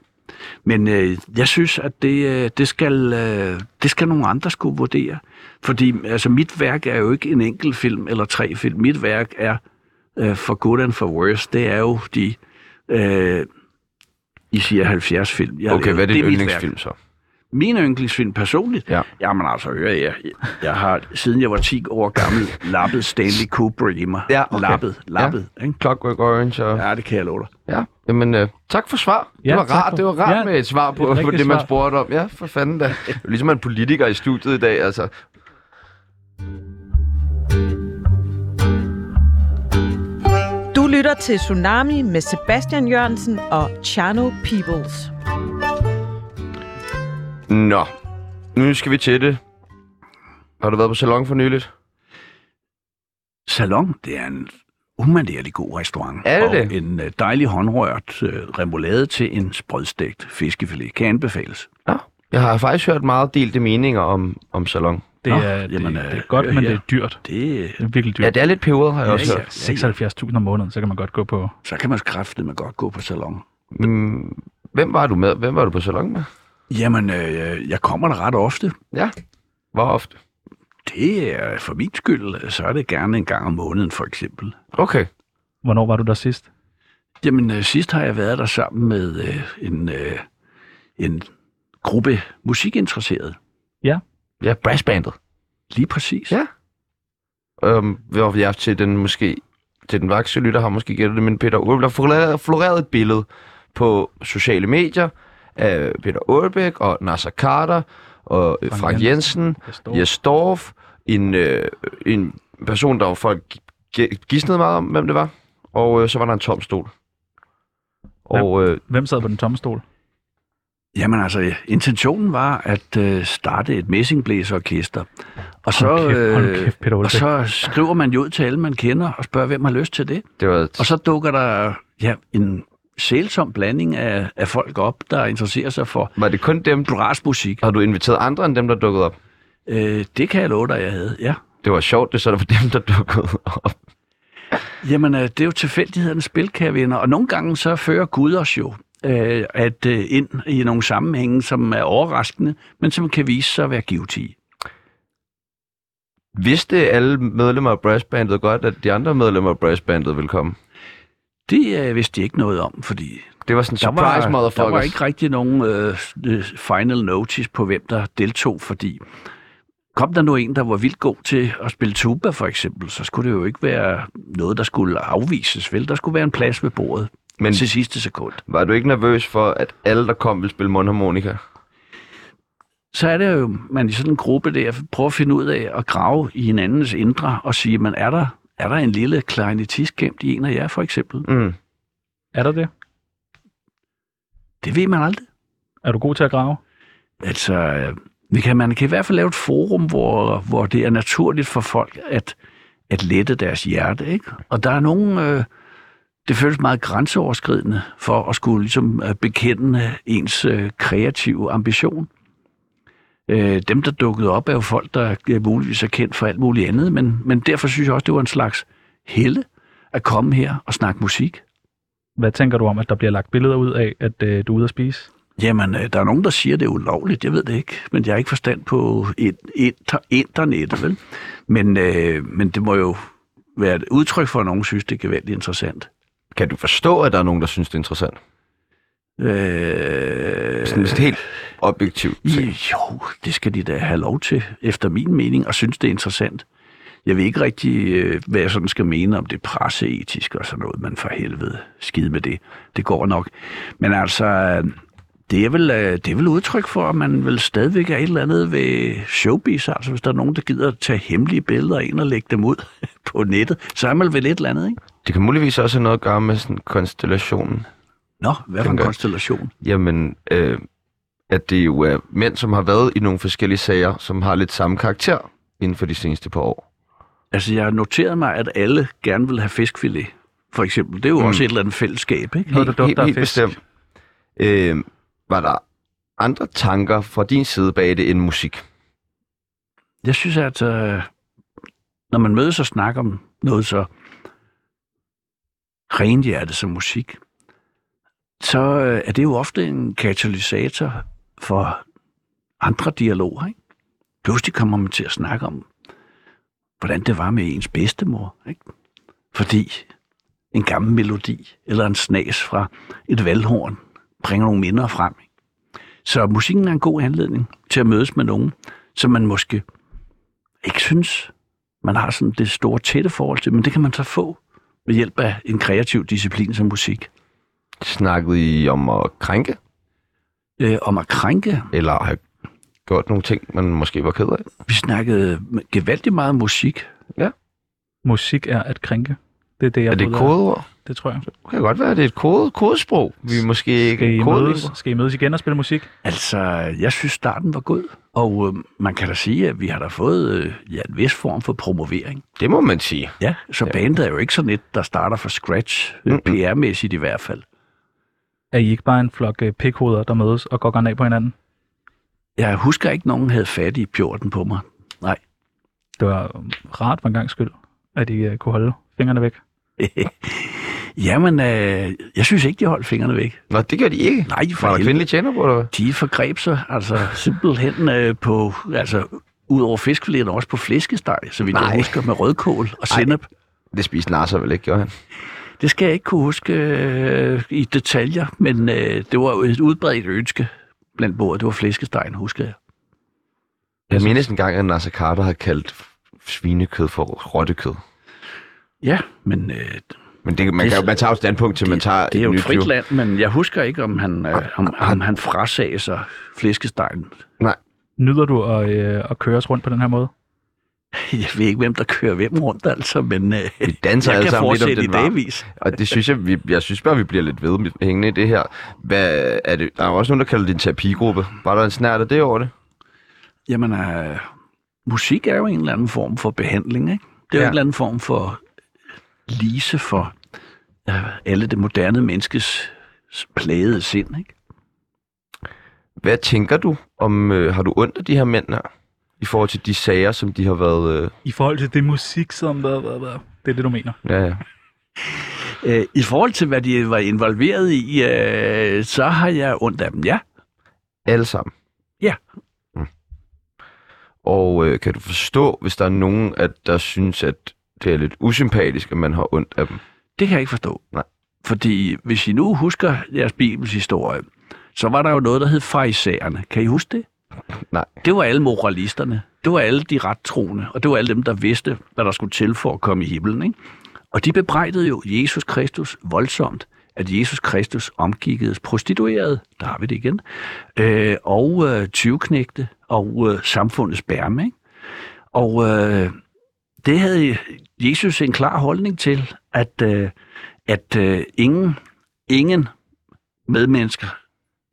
Speaker 4: Men øh, jeg synes, at det, øh, det, skal, øh, det skal nogle andre skulle vurdere. Fordi altså, mit værk er jo ikke en enkelt film eller tre film. Mit værk er øh, for good and for worse. Det er jo de, øh, I siger 70 film. jeg har
Speaker 1: Okay,
Speaker 4: lavet.
Speaker 1: hvad er din
Speaker 4: mit værk.
Speaker 1: yndlingsfilm så?
Speaker 4: Min yndlingsfilm personligt?
Speaker 1: Ja.
Speaker 4: Jamen altså, hør jeg, jeg har, siden jeg var 10 år gammel, lappet Stanley Kubrick i mig.
Speaker 1: Ja, okay.
Speaker 4: Lappet, lappet. Ja. Ikke?
Speaker 1: Clockwork Orange og... Ja,
Speaker 4: ja, det kan jeg love dig.
Speaker 1: ja. jamen øh, tak for svar. Det
Speaker 5: Ja,
Speaker 1: var
Speaker 5: tak
Speaker 1: rart,
Speaker 5: for-
Speaker 1: det var rart
Speaker 5: Ja,
Speaker 1: med et svar på,
Speaker 5: et
Speaker 1: på
Speaker 5: rigtigt
Speaker 1: det, man
Speaker 5: svar.
Speaker 1: spurgte om. Ja, for fanden da. Det er jo ligesom en politiker i studiet i dag, altså.
Speaker 6: Du lytter til Tsunami med Sebastian Jørgensen og Chano Peoples.
Speaker 1: Nå, nu skal vi til det. Har du været på salon for nyligt?
Speaker 4: Salon, det er en umanerlig god restaurant.
Speaker 1: Er det
Speaker 4: og
Speaker 1: det?
Speaker 4: en øh, dejlig håndrørt øh, remoulade til en sprødstegt fiskefilet. Kan anbefales.
Speaker 1: Ja. Jeg har faktisk hørt meget delte meninger om, om salon.
Speaker 5: Det,
Speaker 4: Nå,
Speaker 5: er, det,
Speaker 4: jamen, øh,
Speaker 5: det er godt,
Speaker 4: hør
Speaker 5: men
Speaker 4: her.
Speaker 5: det er dyrt.
Speaker 4: Det, øh,
Speaker 5: Det er virkelig dyrt.
Speaker 1: Ja, det er lidt peberet, har jeg
Speaker 4: Ja,
Speaker 1: også
Speaker 4: ja.
Speaker 1: hørt.
Speaker 5: 76.000 om måneden, så kan man godt gå på...
Speaker 4: så kan man kræfte med godt gå på salon.
Speaker 1: Mm, Hvem var du med? Hvem var du på salon med?
Speaker 4: Jamen, øh, jeg kommer der ret ofte.
Speaker 1: Ja. Hvor ofte?
Speaker 4: Det er for min skyld, øh, så er det gerne en gang om måneden for eksempel.
Speaker 1: Okay.
Speaker 5: Hvornår var du der sidst?
Speaker 4: Jamen, øh, sidst har jeg været der sammen med øh, en, øh, en gruppe musikinteresserede.
Speaker 1: Ja, brassbandet.
Speaker 4: Lige præcis.
Speaker 1: Ja. Øhm, hvor jeg til den måske, til den vakse lytter har måske gættet det, men Peter Aalbæk, der florerede- florerede et billede på sociale medier af Peter Aalbæk og Nasser Carter og Frank,
Speaker 5: Frank
Speaker 1: Frank
Speaker 5: Jensen.
Speaker 1: Jensen,
Speaker 5: Jeg står-
Speaker 1: Jes Dorf, en, øh, en person, der var folk gi- gidsnede meget om, hvem det var, og øh, så var der en tom stol. Og øh,
Speaker 5: Hvem sad på den tomme stol?
Speaker 4: Jamen altså, ja, intentionen var at øh, starte et messingblæserorkester. Og så,
Speaker 5: Hold kæft, hold
Speaker 4: øh,
Speaker 5: kæft, Peter
Speaker 4: og
Speaker 5: Olbæk.
Speaker 4: så skriver man jo ud til alle, man kender, og spørger, hvem har lyst til det.
Speaker 1: det var...
Speaker 4: Og så dukker der ja, en sælsom blanding af, af folk op, der interesserer sig for
Speaker 1: Var det kun dem, du...
Speaker 4: brassmusik.
Speaker 1: Har du inviteret andre end dem, der dukkede op?
Speaker 4: Øh, det kan jeg love dig, jeg havde, ja.
Speaker 1: Det var sjovt, det så der var dem, der dukkede op.
Speaker 4: Jamen, øh, det er jo tilfældighedens spil, kære venner. Og nogle gange så fører Gud os jo øh, at øh, ind i nogle sammenhænge, som er overraskende, men som kan vise sig at være givetige.
Speaker 1: Vidste alle medlemmer af brassbandet godt, at de andre medlemmer af brassbandet ville komme?
Speaker 4: Det øh, vidste de ikke noget om, fordi
Speaker 1: Det var sådan en
Speaker 4: der
Speaker 1: surprise,
Speaker 4: var,
Speaker 1: motherfuckers.
Speaker 4: der var ikke rigtig nogen øh, øh, final notice på, hvem der deltog, fordi kom der nu en, der var vildt god til at spille tuba, for eksempel, så skulle det jo ikke være noget, der skulle afvises, vel? Der skulle være en plads ved bordet
Speaker 1: Men
Speaker 4: Men... til sidste sekund.
Speaker 1: var du ikke nervøs for, at alle, der kom, ville spille mundharmonika?
Speaker 4: så er det jo, man i sådan en gruppe der prøver at finde ud af at grave i hinandens indre og sige, man er der, er der en lille klarinetist gemt i en af jer for eksempel?
Speaker 1: Mm.
Speaker 5: Er der det?
Speaker 4: Det ved man aldrig.
Speaker 5: Er du god til at grave?
Speaker 4: Altså, øh, vi kan, man kan i hvert fald lave et forum, hvor, hvor det er naturligt for folk at, at lette deres hjerte, ikke? Og der er nogen, øh, det føles meget grænseoverskridende for at skulle ligesom øh, bekende ens øh, kreative ambition. Øh, dem, der dukkede op, er jo folk, der øh, muligvis er kendt for alt muligt andet, men, men derfor synes jeg også, det var en slags helle at komme her og snakke musik.
Speaker 5: Hvad tænker du om, at der bliver lagt billeder ud af, at øh, du er ude at spise?
Speaker 4: Jamen, øh, der er nogen, der siger, det er ulovligt. Jeg ved det ikke, men jeg har ikke forstand på et, et, internettet, vel? Men, øh, men det må jo være et udtryk for, at nogen synes, det kan være lidt interessant.
Speaker 1: Kan du forstå, at der er nogen, der synes, det er interessant?
Speaker 4: Øh,
Speaker 1: Sådan øh, helt objektivt. set.
Speaker 4: jo, det skal de da have lov til, efter min mening, og synes, det er interessant. Jeg ved ikke rigtig, øh, hvad jeg sådan skal mene om det presseetisk og sådan noget, men for helvede, skid med det. Det går nok. Men altså, øh, det er, vel, øh, det er vel udtryk for, at man vel stadigvæk er et eller andet ved showbiz. Altså, hvis der er nogen, der gider at tage hemmelige billeder ind og lægge dem ud *laughs* på nettet, så er man vel et eller andet, ikke?
Speaker 1: Det kan muligvis også have noget at gøre med sådan konstellationen.
Speaker 4: Nå, hvad for en
Speaker 1: Tænker jeg.
Speaker 4: konstellation?
Speaker 1: Jamen, øh, at det jo er mænd, som har været i nogle forskellige sager, som har lidt samme karakter inden for de seneste par år.
Speaker 4: Altså, jeg har noteret mig, at alle gerne vil have fiskfilet, for eksempel. Det er jo mm.
Speaker 1: Mm.
Speaker 4: også et eller andet fællesskab, ikke?
Speaker 5: Noget, der
Speaker 1: helt,
Speaker 5: dufter af
Speaker 1: helt
Speaker 5: fisk.
Speaker 1: bestemt. Øh, var der andre tanker fra din side bag det end musik?
Speaker 4: Jeg synes, at øh, når man mødes og snakker om noget så renhjertet som musik, så øh, er det jo ofte en katalysator for andre dialoger. Ikke? Pludselig kommer man til at snakke om, hvordan det var med ens bedstemor. Ikke? Fordi en gammel melodi eller en snas fra et valghorn bringer nogle minder frem. Ikke? Så musikken er en god anledning til at mødes med nogen, som man måske ikke synes, man har sådan det store tætte forhold til, men det kan man så få ved hjælp af en kreativ disciplin som musik.
Speaker 1: Snakkede I om at krænke,
Speaker 4: Øh, om at krænke,
Speaker 1: eller have gjort nogle ting, man måske var ked af?
Speaker 4: vi snakkede gevaldigt meget om musik.
Speaker 5: Musik er at krænke. Det er det, jeg
Speaker 1: Er det et
Speaker 5: bryder-
Speaker 1: kodeord?
Speaker 5: Det tror jeg.
Speaker 1: Det kan godt være, at det er et kode, kodesprog. Vi er måske
Speaker 5: Skal I,
Speaker 1: ikke
Speaker 5: mødes,
Speaker 1: kodelinguer.
Speaker 5: skal I mødes igen og spille musik?
Speaker 4: Altså, jeg synes starten var god, og øh, man kan da sige, at vi har da fået øh, ja, en vis form for promovering.
Speaker 1: Det må man sige.
Speaker 4: Ja, så ja. bandet er jo ikke sådan et, der starter fra scratch, øh,
Speaker 1: Mm-mm.
Speaker 4: PR-mæssigt i hvert fald.
Speaker 5: Er I ikke bare en flok øh, pikhoveder, der mødes og går gerne af på hinanden?
Speaker 4: Jeg husker ikke, nogen havde fat i pjorten på mig.
Speaker 5: Det var øh, rart for en gang skyld, at I øh, kunne holde fingrene væk.
Speaker 4: Jamen, øh, jeg synes ikke, de holdt fingrene væk.
Speaker 1: Nå, det gør de ikke.
Speaker 4: Nej, for
Speaker 1: Var der
Speaker 4: helvede.
Speaker 1: kvindelige tjener på dig?
Speaker 4: De forgreb sig altså simpelthen øh, på, altså ud over fiskfiléen, også på flæskesteg, så vidt jeg
Speaker 1: Nej.
Speaker 4: husker, med rødkål og sennep.
Speaker 1: Det spiste Nasser vel ikke, gjorde han?
Speaker 4: Det skal jeg ikke kunne huske øh, i detaljer, men øh, det var jo et udbredt ønske blandt bordet. Det var flæskestegen, husker jeg.
Speaker 1: Jeg mindes en gang, at Nasser Carter har kaldt svinekød for rottekød.
Speaker 4: Ja, men øh,
Speaker 1: Men det, man,
Speaker 4: Det-
Speaker 1: kan, jo- man tager jo standpunkt til, at man tager
Speaker 4: det er jo
Speaker 1: et
Speaker 4: et
Speaker 1: nyt liv.
Speaker 4: frit land, men jeg husker ikke, om han, øh, om, om han frasagde sig flæskestegen.
Speaker 5: Nyder du at, øh, at køres rundt på den her måde?
Speaker 4: Jeg ved ikke, hvem der kører hvem rundt, altså, men øh,
Speaker 1: Vi danser
Speaker 4: jeg
Speaker 1: alle
Speaker 4: kan
Speaker 1: sammen lidt om
Speaker 4: fortsætte i
Speaker 1: den varme.
Speaker 4: dagvis.
Speaker 1: Og det synes jeg, vi, jeg synes bare, vi bliver lidt ved med hængende i det her. Hvad er det? Der er jo også nogen, der kalder det en terapigruppe. Var der en snært af det over det?
Speaker 4: Jamen, øh, musik er jo en eller anden form for behandling, ikke? Det er jo
Speaker 1: Ja.
Speaker 4: en eller anden form for lise for øh, alle det moderne menneskes s- plagede sind, ikke?
Speaker 1: Hvad tænker du om, øh, har du ondt af de her mænd her? I forhold til de sager, som de har været... Øh,
Speaker 5: I forhold til det musik, som... Hvad, hvad, hvad. Det er det, du mener.
Speaker 1: ja, ja.
Speaker 4: Øh, I forhold til, hvad de var involveret i, øh, så har jeg ondt af dem, ja.
Speaker 1: Alle sammen?
Speaker 4: Ja.
Speaker 1: Mm. Og øh, kan du forstå, hvis der er nogen, at der synes, at det er lidt usympatisk, at man har ondt af dem?
Speaker 4: Det kan jeg ikke forstå.
Speaker 1: Nej.
Speaker 4: Fordi hvis I nu husker jeres Bibels historie, så var der jo noget, der hed farisæerne. Kan I huske det?
Speaker 1: *laughs* Nej.
Speaker 4: Det var alle moralisterne. Det var alle de rettroende, og det var alle dem, der vidste, hvad der skulle til for at komme i himlen. Ikke? Og de bebrejdede jo Jesus Kristus voldsomt, at Jesus Kristus omgikkedes prostituerede, der har vi det igen, øh, og øh, tyveknægte og øh, samfundets bærme. Ikke? Og øh, det havde Jesus en klar holdning til, at, øh, at øh, ingen, ingen medmennesker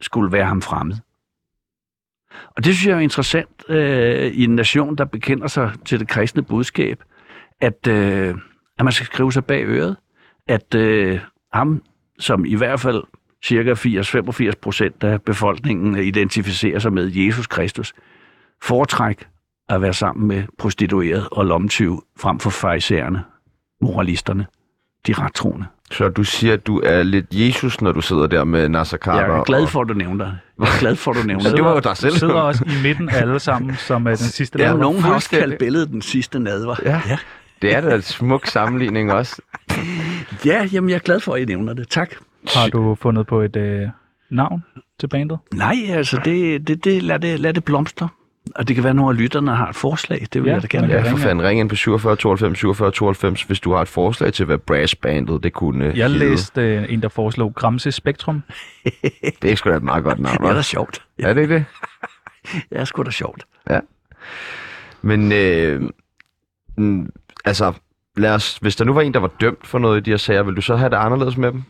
Speaker 4: skulle være ham fremmed. Og det synes jeg er interessant øh, i en nation, der bekender sig til det kristne budskab, at, øh, at man skal skrive sig bag øret, at øh, ham, som i hvert fald cirka 80-85 procent af befolkningen identificerer sig med Jesus Kristus, foretræk at være sammen med prostitueret og lomtyv frem for farisæerne, moralisterne, de rettroende.
Speaker 1: Så du siger, at du er lidt Jesus, når du sidder der med Nasser Carter?
Speaker 4: Jeg er glad
Speaker 1: og-
Speaker 4: for, at du nævner det. Jeg er glad
Speaker 1: *laughs*
Speaker 4: for, at du nævner
Speaker 1: Så det
Speaker 4: det.
Speaker 1: var jo dig selv.
Speaker 5: Du sidder også i midten af alle sammen, som er den sidste.
Speaker 1: Det er
Speaker 5: der-
Speaker 1: jo
Speaker 4: Nogen har også
Speaker 1: fuldstændig-
Speaker 4: kaldt billedet den sidste nadver.
Speaker 1: Ja.
Speaker 4: ja.
Speaker 1: Det er da en smuk sammenligning også.
Speaker 4: ja jamen, jeg er glad for, at I nævner det. Tak.
Speaker 5: Har du fundet på et øh, navn til bandet?
Speaker 4: Nej, altså, det, det, det, lad, det, lad det blomstre. Og det kan være, at nogle af lytterne har et forslag. Det vil
Speaker 5: Ja,
Speaker 4: ja, jeg da gerne
Speaker 5: man
Speaker 4: have.
Speaker 5: kan
Speaker 1: Ja, for
Speaker 5: ringe.
Speaker 1: fanden, ring ind på 47 92 47 92, hvis du har et forslag til, hvad brassbandet det kunne øh,
Speaker 5: Jeg
Speaker 1: hedde.
Speaker 5: læste øh, en, der foreslog Gramse
Speaker 4: *laughs*
Speaker 5: Spektrum.
Speaker 1: Det er ikke sgu da et meget godt navn,
Speaker 4: Det er da
Speaker 1: hva'?
Speaker 4: sjovt.
Speaker 1: Er det ikke det?
Speaker 4: Det er sgu da sjovt.
Speaker 1: Men øh, mm, altså, lad os, hvis der nu var en, der var dømt for noget i de her sager, ville du så have det anderledes med dem?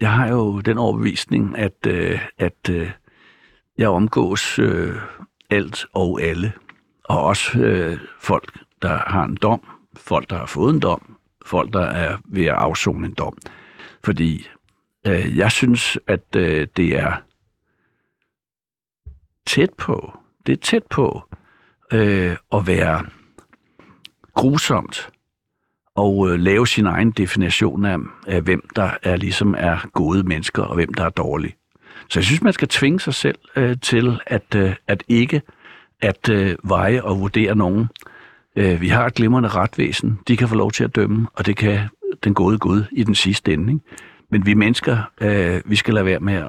Speaker 4: Jeg har jo den overbevisning, at, øh, at øh, jeg omgås øh, alt og alle. Og også øh, folk, der har en dom, folk, der har fået en dom, folk, der er ved at afzone en dom. Fordi øh, jeg synes, at øh, det er tæt på, det er tæt på øh, at være grusomt og øh, lave sin egen definition af, af, hvem der er ligesom er gode mennesker, og hvem der er dårlige. Så jeg synes, man skal tvinge sig selv øh, til at, øh, at ikke at øh, veje og vurdere nogen. Øh, vi har et glimrende retvæsen. De kan få lov til at dømme, og det kan den gode Gud i den sidste ende. Ikke? Men vi mennesker, øh, vi skal lade være med at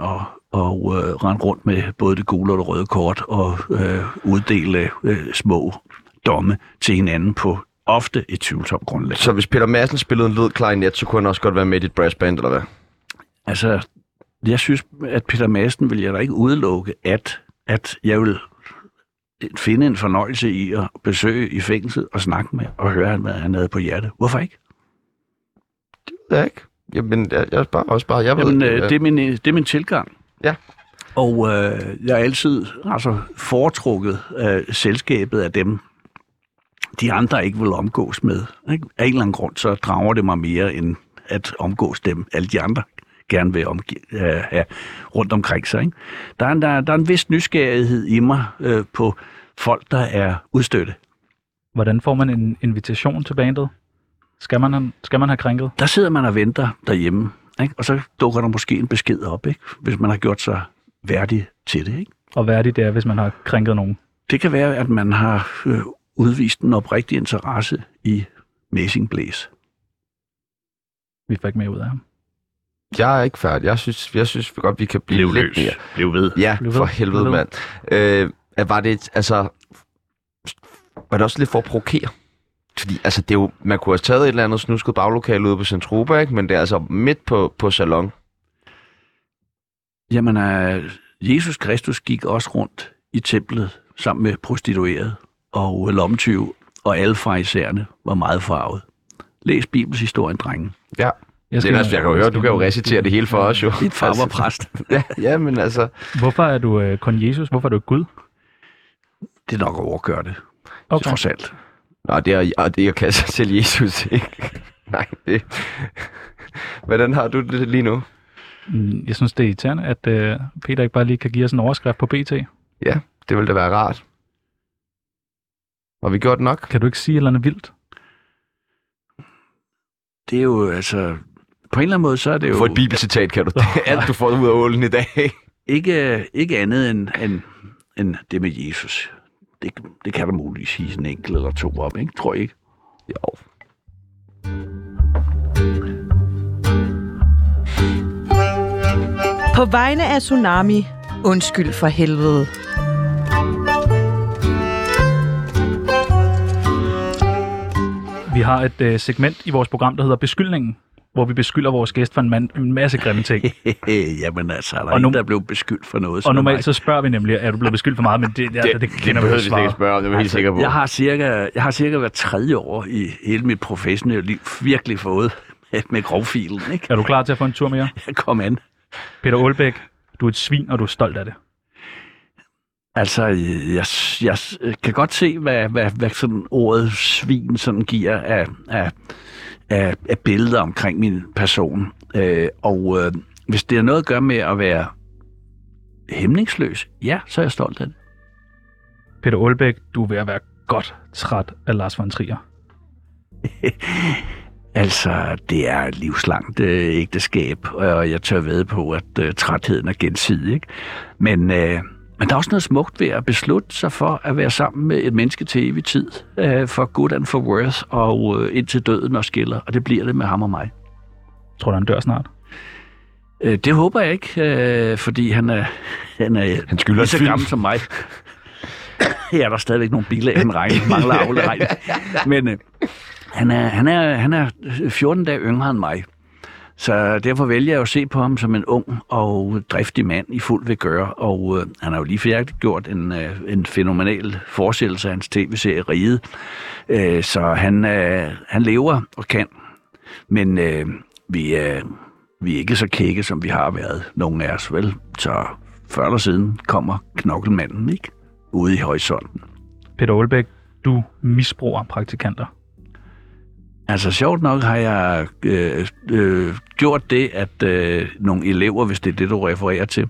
Speaker 4: og, øh, rende rundt med både det gule og det røde kort og øh, uddele øh, små domme til hinanden på ofte et tvivlsomt grundlag.
Speaker 1: Så hvis Peter Madsen spillede en lød klarinet, så kunne han også godt være med i dit brassband, eller hvad?
Speaker 4: Altså, jeg synes, at Peter Madsen vil jeg da ikke udelukke, at, at jeg vil finde en fornøjelse i at besøge i fængsel og snakke med og høre, hvad han havde på hjerte. Hvorfor ikke?
Speaker 1: Det er ikke. Jamen, jeg, jeg spørger også bare. Jeg ved,
Speaker 4: Jamen,
Speaker 1: ikke,
Speaker 4: øh,
Speaker 1: øh,
Speaker 4: det, er min, øh, det er min tilgang.
Speaker 1: Ja.
Speaker 4: Og øh, jeg har altid altså, foretrukket øh, selskabet af dem, de andre ikke vil omgås med. Ikke? Af en eller anden grund, så drager det mig mere, end at omgås dem, alle de andre gerne vil omgi- øh, have rundt omkring sig. Ikke? Der, er en, der, der er en vis nysgerrighed i mig øh, på folk, der er udstøtte.
Speaker 5: Hvordan får man en invitation til bandet? Skal man, have- skal man have krænket?
Speaker 4: der sidder man og venter derhjemme, ikke? og så dukker der måske en besked op, ikke? hvis man har gjort sig værdig til det. Ikke?
Speaker 5: Og hvad er det der, hvis man har krænket nogen?
Speaker 4: Det kan være, at man har øh, udvist en oprigtig interesse i Messing Blæs.
Speaker 5: Vi får ikke mere ud af ham.
Speaker 1: jeg er ikke færdig. Jeg synes, jeg synes godt, vi kan blive lidt mere.
Speaker 4: Bliv ved.
Speaker 1: Ja,
Speaker 5: Blev ved.
Speaker 1: for helvede,
Speaker 5: Blev ved.
Speaker 1: mand. Øh, at var det, altså... Var det også lidt for at provokere? Fordi, altså, det er jo, man kunne have taget et eller andet snusket baglokale ude på Centropa, ikke? Men det er altså midt på, på salon.
Speaker 4: Jamen, øh, Jesus Kristus gik også rundt i templet sammen med prostituerede og øh, lommetyve, og alle farisæerne var meget farvet. Læs Bibelshistorien, drengen.
Speaker 5: Jeg
Speaker 1: Det er også, jeg kan jo høre, du kan jo recitere det hele for os, *laughs* jo.
Speaker 4: Dit far var
Speaker 1: *laughs*
Speaker 4: præst.
Speaker 1: ja, ja, men altså...
Speaker 5: Hvorfor er du øh, kun Jesus? Hvorfor er du ikke Gud?
Speaker 4: Det er nok at overgøre det,
Speaker 5: Okay.
Speaker 4: trods alt.
Speaker 1: Nå, det er, og det er at kaste sig *laughs* til Jesus, ikke? *laughs* Nej, det... Hvordan har du det lige nu?
Speaker 5: Mm, Jeg synes, det er irriterende, at øh, Peter ikke bare lige kan give os en overskrift på BT.
Speaker 1: Ja, det ville da være rart. Har vi gjort nok?
Speaker 5: Kan du ikke sige et eller andet vildt?
Speaker 4: Det er jo, altså... På en eller anden måde, så er det jo...
Speaker 1: Få et bibelcitat, kan du. Det er *laughs* alt, du får ud af ålen i dag.
Speaker 4: Ikke, ikke andet end, end, end det med Jesus. Det, det kan der muligvis sige en enkelt eller to om, ikke? Tror jeg ikke.
Speaker 1: jo,
Speaker 6: På vegne af Tsunami, undskyld for helvede.
Speaker 5: Vi har et øh, segment i vores program, der hedder Beskyldningen, hvor vi beskylder vores gæst for en, man- en masse grimme ting.
Speaker 4: *laughs* Jamen altså, er der
Speaker 5: Og
Speaker 4: og
Speaker 5: nu-
Speaker 4: ingen, der blev beskyldt for noget?
Speaker 5: Og
Speaker 4: som er
Speaker 5: normalt
Speaker 4: mig?
Speaker 5: så spørger vi nemlig, er du blevet beskyldt for meget, men det, det, det, det kender vi jo
Speaker 1: ikke
Speaker 5: svaret.
Speaker 1: spørge om, det er Altså, jeg helt sikker på.
Speaker 4: Jeg har, cirka, jeg har cirka været tredje år i hele mit professionelle liv virkelig fået *laughs* med, med grovfilen, ikke?
Speaker 5: Er du klar til at få en tur mere?
Speaker 4: Kom an.
Speaker 5: Peter Aalbæk, du er et svin, og du er stolt af det.
Speaker 4: Altså, jeg, jeg kan godt se, hvad, hvad, hvad sådan ordet svin sådan giver af, af, af, af billeder omkring min person. Øh, og øh, hvis det har noget at gøre med at være hæmningsløs, ja, så er jeg stolt af det.
Speaker 5: Peter Aalbæk, du er ved at være godt træt af Lars von Trier.
Speaker 4: Altså, det er et livslangt øh, ægteskab, og jeg tør ved på, at øh, trætheden er gensidig. Ikke? Men, øh, men der er også noget smukt ved at beslutte sig for at være sammen med et menneske til evig tid, øh, for good and for worth, og øh, indtil døden og skiller, og det bliver det med ham og mig.
Speaker 5: Tror du, han dør snart?
Speaker 4: Øh, det håber jeg ikke, øh, fordi han er, han er
Speaker 1: Han skylder
Speaker 4: lige så
Speaker 1: et film.
Speaker 4: gammel som mig. er der stadigvæk nogle biler, han regner, mangler aflejning. Men øh, han, er, han, er, han er 14 dage yngre end mig. Så derfor vælger jeg jo at se på ham som en ung og driftig mand i fuld vil gøre, og øh, han har jo lige færdigt gjort en, øh, en fænomenal forsættelse af hans tv-serie Ride, øh, så han, øh, han lever og kan, men øh, vi, øh, vi er ikke så kække, som vi har været, nogen af os, vel? Så før eller siden kommer knokkelmanden, ikke? Ude i horisonten.
Speaker 5: Peter Aalbæk, du misbruger praktikanter.
Speaker 4: Altså sjovt nok har jeg øh, øh, gjort det, at øh, nogle elever, hvis det er det, du refererer til,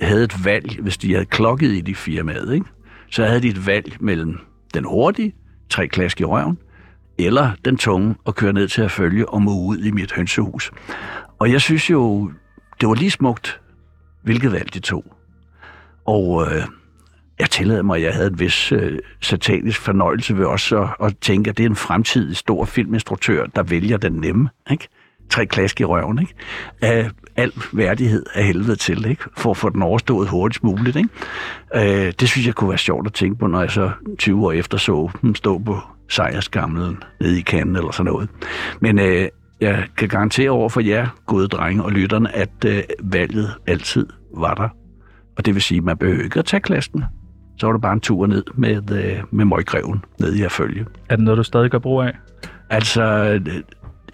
Speaker 4: havde et valg, hvis de havde klokket i de firmaet, ikke? så havde de et valg mellem den hurtige, tre klask i røven, eller den tunge og køre ned til at følge og må ud i mit hønsehus. Og jeg synes jo, det var lige smukt, hvilket valg de tog. Og øh, jeg tillader mig, at jeg havde en vis øh, satanisk fornøjelse ved også at, at tænke, at det er en fremtidig stor filminstruktør, der vælger den nemme, ikke? Tre klask i røven, ikke? Af al værdighed af helvede til, ikke? For at få den overstået hurtigst muligt, ikke? Øh, det synes jeg kunne være sjovt at tænke på, når jeg så 20 år efter så dem stå på sejrskamlen nede i kanden eller sådan noget. Men øh, jeg kan garantere over for jer, gode drenge og lytterne, at øh, valget altid var der. Og det vil sige, at man behøver ikke at tage klassen. Så var det bare en tur ned med, øh, med møggreven ned i at følge.
Speaker 5: Er det noget, du stadig gør brug af?
Speaker 4: Altså, øh,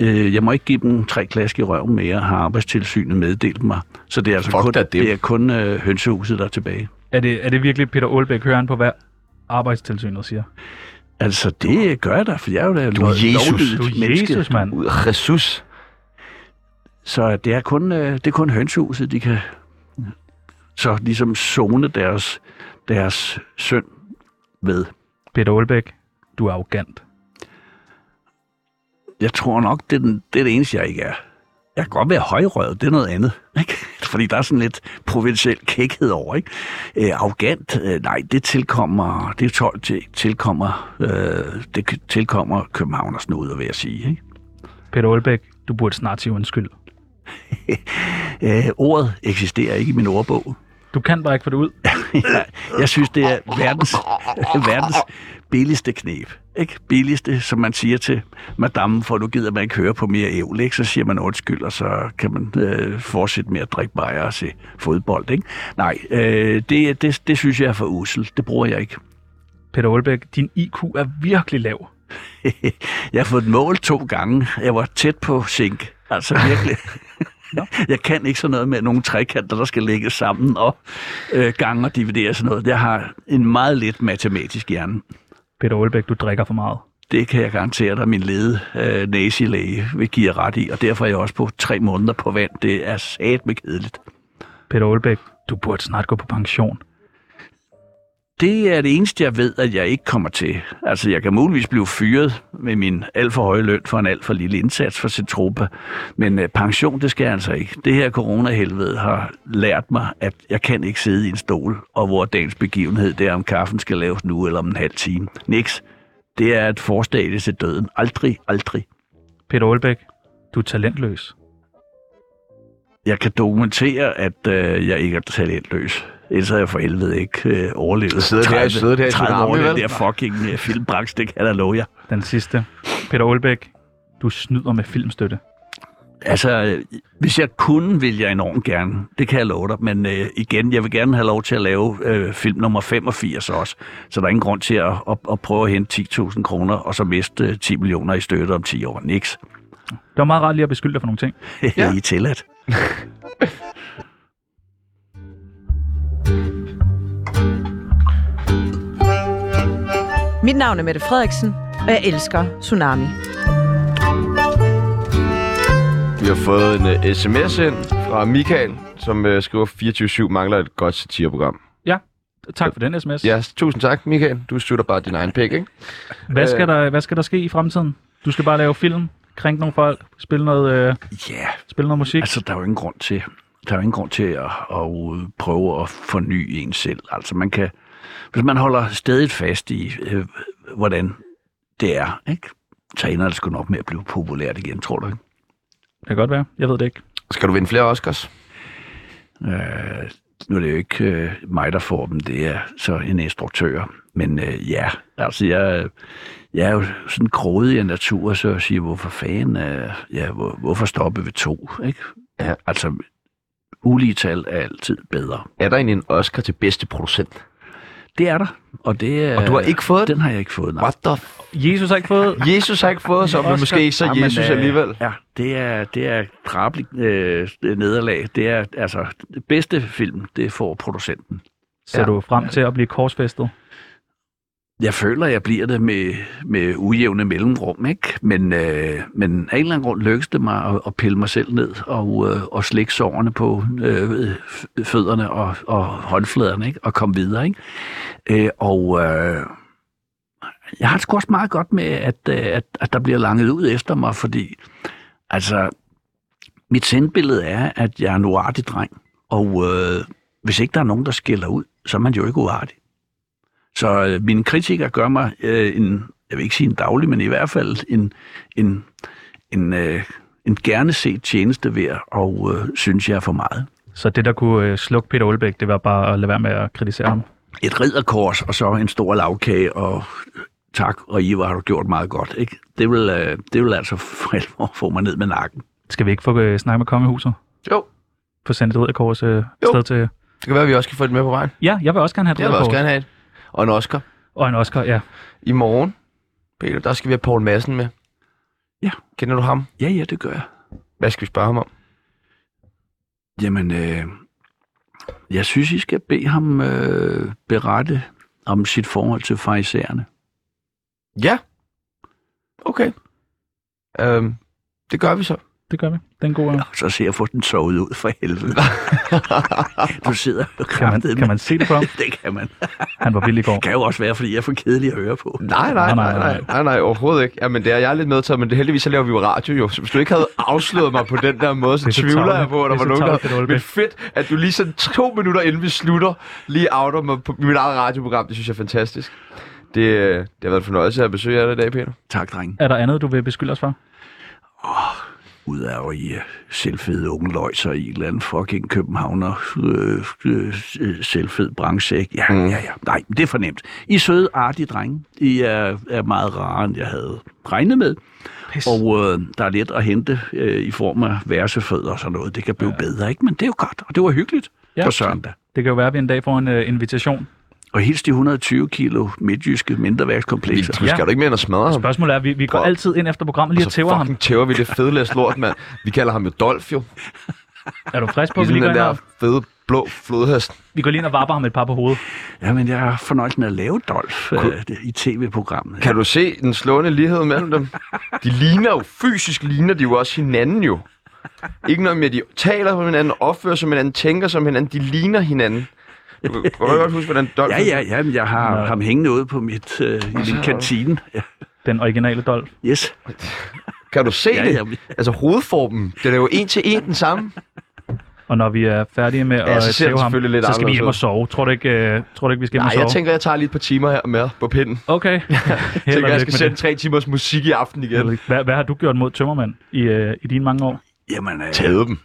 Speaker 4: øh, jeg må ikke give dem tre klask i røven mere, har arbejdstilsynet meddelt mig. Så det er altså
Speaker 1: Fuck
Speaker 4: kun,
Speaker 1: da det.
Speaker 4: det er kun øh, hønsehuset, der er tilbage.
Speaker 5: Er det, er det virkelig Peter Aalbæk, hører han på, hvad arbejdstilsynet siger?
Speaker 4: Altså, det gør jeg da, for jeg er jo da
Speaker 1: Du er Jesus.
Speaker 5: Du er
Speaker 4: menneske.
Speaker 5: Jesus, mand.
Speaker 1: Ud af Jesus.
Speaker 4: Så det er kun, øh, det er kun hønsehuset, de kan så ligesom zone deres, deres søn ved.
Speaker 5: Peter Aalbæk, du er arrogant.
Speaker 4: Jeg tror nok, det er, den, det er det eneste, jeg ikke er. Jeg kan godt være højrøvet, det er noget andet. *laughs* Ikke? Fordi der er sådan lidt provinciel kækhed over. Ikke? Øh, arrogant, øh, nej, det tilkommer, det tol- til, tilkommer, øh, det k- tilkommer Københavners nuder, vil jeg sige. Ikke?
Speaker 5: Peter Aalbæk, du burde snart sige undskyld.
Speaker 4: Øh, ordet eksisterer ikke i min ordbog.
Speaker 5: Du kan bare ikke få det ud.
Speaker 4: jeg, jeg synes, det er verdens, verdens billigste knep. Ikke? Billigste, som man siger til madammen, for nu gider man ikke høre på mere ævl. Ikke? Så siger man undskyld, og så kan man øh, fortsætte med at drikke bajer og se fodbold. Ikke? Nej, øh, det, det, det synes jeg er for usel. Det bruger jeg ikke. *laughs*
Speaker 5: Peter Aalbæk, din IQ er virkelig lav.
Speaker 4: jeg har fået den mål to gange. Jeg var tæt på sink. Altså virkelig. *laughs* Jeg kan ikke sådan noget med nogle trekanter, der skal lægges sammen og øh, gange og dividere og sådan noget. Jeg har en meget lidt matematisk hjerne.
Speaker 5: Peter Aalbæk, du drikker for meget.
Speaker 4: Det kan jeg garantere dig, min lede øh, næselæge vil give jer ret i, og derfor er jeg også på tre måneder på vand. Det er sat med kedeligt.
Speaker 5: Peter Aalbæk, du burde snart gå på pension.
Speaker 4: Det er det eneste, jeg ved, at jeg ikke kommer til. Altså, jeg kan muligvis blive fyret med min alt for høje løn for en alt for lille indsats for Cetropa, men øh, pension, det skal jeg altså ikke. Det her coronahelvede har lært mig, at jeg kan ikke sidde i en stol, og hvor dagens begivenhed, det er, om kaffen skal laves nu eller om en halv time. Niks. Det er et forstadie til døden. Aldrig, aldrig.
Speaker 5: Peter Aalbæk, du er talentløs.
Speaker 4: jeg kan dokumentere, at øh, jeg ikke er talentløs. Ellers havde jeg for helvede ikke øh, overlevet
Speaker 1: Sidder der- sidder der i
Speaker 4: 30 år i
Speaker 1: tsunami, vel?
Speaker 4: den der fucking øh, filmbranche, det kan jeg da love jer.
Speaker 5: Den sidste. Peter Aalbæk, du snyder med filmstøtte.
Speaker 4: Altså, øh, hvis jeg kunne, ville jeg enormt gerne. Det kan jeg love dig. Men øh, igen, jeg vil gerne have lov til at lave øh, film nummer 85 også. Så der er ingen grund til at, at, at prøve at hente 10.000 kroner, og så miste øh, 10 millioner i støtte om 10 år. Niks. *laughs*
Speaker 5: Det var meget rart lige at beskylde dig for nogle ting.
Speaker 4: Ja. I er tilladt.
Speaker 6: Mit navn er Mette Frederiksen, og jeg elsker Tsunami.
Speaker 1: Vi har fået en uh, sms ind fra Michael, som uh, skriver 24-7 mangler et godt satireprogram.
Speaker 5: Tak for den sms.
Speaker 1: Ja, tusind tak, Michael. Du slutter bare din egen pæk, ikke?
Speaker 5: Hvad, skal der, hvad skal der ske i fremtiden? Du skal bare lave film, krænke nogle folk, spille noget, øh,
Speaker 4: Ja, yeah.
Speaker 5: spille noget musik.
Speaker 4: Altså, der er jo ingen grund til, der er jo ingen grund til at, at prøve at forny en selv. Altså, man kan, hvis man holder stedigt fast i, øh, hvordan det er, ikke? så ender det sgu nok med at blive populært igen, tror du ikke?
Speaker 5: Det kan godt være. Jeg ved det ikke.
Speaker 1: Skal du vinde flere Oscars?
Speaker 4: Øh, Nu er det jo ikke øh, mig, der får dem, det er så en instruktør. Men øh, ja, altså jeg, jeg er jo sådan grådig af natur, så jeg siger, hvorfor fanden, øh, ja, hvor, hvorfor stoppe ved to, ikke?
Speaker 1: Ja.
Speaker 4: Altså, ulige tal er altid bedre.
Speaker 1: Er der egentlig en Oscar til bedste producent?
Speaker 4: Det er der, og Øh, det er...
Speaker 1: Og du har ikke fået den?
Speaker 4: Den har jeg ikke fået, nej.
Speaker 1: What the f-
Speaker 5: Jesus har ikke fået...
Speaker 1: Jesus har ikke fået, så men
Speaker 5: Oscar.
Speaker 1: måske så
Speaker 4: Jamen,
Speaker 1: Jesus
Speaker 4: øh,
Speaker 1: alligevel.
Speaker 4: Ja, det er, det er et drabeligt øh, nederlag. Det er altså det bedste film, det får producenten.
Speaker 5: Ser du frem til at blive korsfæstet?
Speaker 4: Jeg føler, jeg bliver det med, med ujævne mellemrum, ikke? Men, øh, men af en eller anden grund lykkes det mig at, at pille mig selv ned og, øh, og slikke sårene på øh, f- fødderne og, og håndfladerne, ikke? Og komme videre, ikke? Øh, og øh, jeg har det sgu også meget godt med, at, øh, at, at der bliver langet ud efter mig, fordi altså, mit sendbillede er, at jeg er en uartig dreng, og øh, hvis ikke der er nogen, der skiller ud, så er man jo ikke uartig. Så øh, mine kritikere gør mig øh, en, jeg vil ikke sige en daglig, men i hvert fald en, en, en, øh, en gerne set tjeneste ved og øh, synes, jeg er for meget.
Speaker 5: Så det, der kunne øh, slukke Peter Olbæk, det var bare at lade være med at kritisere ham.
Speaker 4: Et ridderkors, og så en stor lavkage, og øh, tak, og Ivar har du gjort meget godt. Ikke? Det, vil, øh, det vil altså *laughs* for alvor få mig ned med nakken.
Speaker 5: Skal vi ikke få øh, snakket med kongehuset?
Speaker 3: Jo.
Speaker 5: Få sendt et ridderkors øh, sted til...
Speaker 3: Det kan være, at vi også kan få det med på vejen.
Speaker 5: Ja, jeg vil også gerne have et
Speaker 3: Det vil jeg også
Speaker 5: ridderkors.
Speaker 3: gerne have. et. Og en Oscar.
Speaker 5: Og en Oscar, ja.
Speaker 3: I morgen, Peter, der skal vi have Paul Madsen med.
Speaker 4: Ja.
Speaker 3: Kender du ham?
Speaker 4: Ja, ja, det gør jeg.
Speaker 3: Hvad skal vi spørge ham om?
Speaker 4: Jamen, øh, jeg synes, I skal bede ham øh, berette om sit forhold til farisæerne.
Speaker 3: Ja. Okay. Øhm, det gør vi så.
Speaker 5: Det gør vi. Den gode... Ja,
Speaker 4: Så ser jeg få den sovet ud for
Speaker 5: *laughs*
Speaker 4: helvede. du sidder og
Speaker 5: kan, man,
Speaker 4: kraftede
Speaker 5: kan man se det på ham?
Speaker 4: Det kan man.
Speaker 5: Han var vild i går.
Speaker 4: Kan jo også være, fordi jeg er for kedelig at høre på.
Speaker 1: Nej, nej, nej,
Speaker 5: nej,
Speaker 1: nej, nej, nej, overhovedet ikke. Jamen, det er jeg er lidt medtaget, men det, heldigvis så laver vi jo radio jo. Så hvis du ikke havde afsløret mig på den der måde, så
Speaker 5: Det er så
Speaker 1: tvivler jeg
Speaker 5: tarveligt.
Speaker 1: på, at der
Speaker 5: Det
Speaker 1: var
Speaker 5: er så
Speaker 1: nogen,
Speaker 5: tarveligt, Peter
Speaker 1: der...
Speaker 5: Olbæk.
Speaker 1: Men fedt, at du lige sådan to minutter inden vi slutter, lige outer mig på mit eget radioprogram. Det synes jeg er fantastisk. Det, øh, det har været en fornøjelse at besøge jer i dag, Peter.
Speaker 4: Tak, dreng.
Speaker 5: Er der andet, du vil beskylde os for?
Speaker 4: Ud af at I er selvfede unge løjser i en eller anden fucking københavner øh, øh, øh, selvfed branche. ikke?
Speaker 5: Mm.
Speaker 4: Ja, ja, ja. Nej, det er fornemt. I er søde, artige drenge. I er, er meget rarere, end jeg havde regnet med.
Speaker 5: Pis.
Speaker 4: Og øh, der er lidt at hente øh, i form af værsefødder og sådan noget. Det kan blive bedre, ikke? Men det er jo godt, og det var hyggeligt
Speaker 5: Ja.
Speaker 4: på søndag.
Speaker 5: Det kan jo være, at vi en dag får en øh, invitation.
Speaker 4: Og hils de 120 kilo midtjyske mindreværkskomplekser.
Speaker 1: Du skal jo ikke mere end at smadre ham.
Speaker 5: Spørgsmålet er, at vi, vi går
Speaker 1: Prøv.
Speaker 5: altid ind efter programmet lige og
Speaker 1: Så
Speaker 5: tæver ham.
Speaker 1: fucking tæver vi det fedlæst lort, mand. Vi kalder ham jo Dolf, jo.
Speaker 5: Er du frisk på, at
Speaker 1: Ligesom
Speaker 5: vi lige
Speaker 1: den
Speaker 5: går ind
Speaker 1: der
Speaker 5: og,
Speaker 1: fede blå flodhest.
Speaker 5: vi går lige ind og vapper ham et par på hovedet?
Speaker 4: Jamen, jeg har fornøjelsen af at lave Dolf øh, det- i tv-programmet.
Speaker 1: Kan du se den slående lighed mellem dem? De ligner jo, fysisk ligner de jo også hinanden jo. Ikke noget med, at de taler som hinanden, opfører som hinanden, tænker som hinanden. De ligner hinanden. Du kan du kan godt huske, hvordan Dolph...
Speaker 4: Ja, ja, ja, men jeg har
Speaker 5: Nå.
Speaker 4: ham hængende ude på mit, øh, i min kantine. Ja,
Speaker 5: Den originale Dolf.
Speaker 4: yes.
Speaker 1: Kan du se
Speaker 4: Ja,
Speaker 1: det?
Speaker 4: ja.
Speaker 1: Altså hovedformen, den er jo en til en den samme.
Speaker 5: Og når vi er færdige med
Speaker 1: Ja,
Speaker 5: at
Speaker 1: så ser det
Speaker 5: tæve ham,
Speaker 1: selvfølgelig lidt
Speaker 5: så skal vi
Speaker 1: anderledes
Speaker 5: hjem
Speaker 1: ud.
Speaker 5: og sove. Tror du ikke, øh, tror du ikke vi skal hjem
Speaker 1: Nej,
Speaker 5: og sove?
Speaker 1: jeg tænker, jeg tager lige et par timer her med på pinden.
Speaker 5: Okay.
Speaker 1: *laughs* Jeg tænker,
Speaker 5: Held og
Speaker 1: jeg
Speaker 5: lykke
Speaker 1: skal sende
Speaker 5: med
Speaker 1: tre timers musik i aften igen.
Speaker 5: det. Hvad, hvad har du gjort mod tømmermand i, øh, i dine mange år?
Speaker 4: Jamen, øh,
Speaker 1: Tæde dem.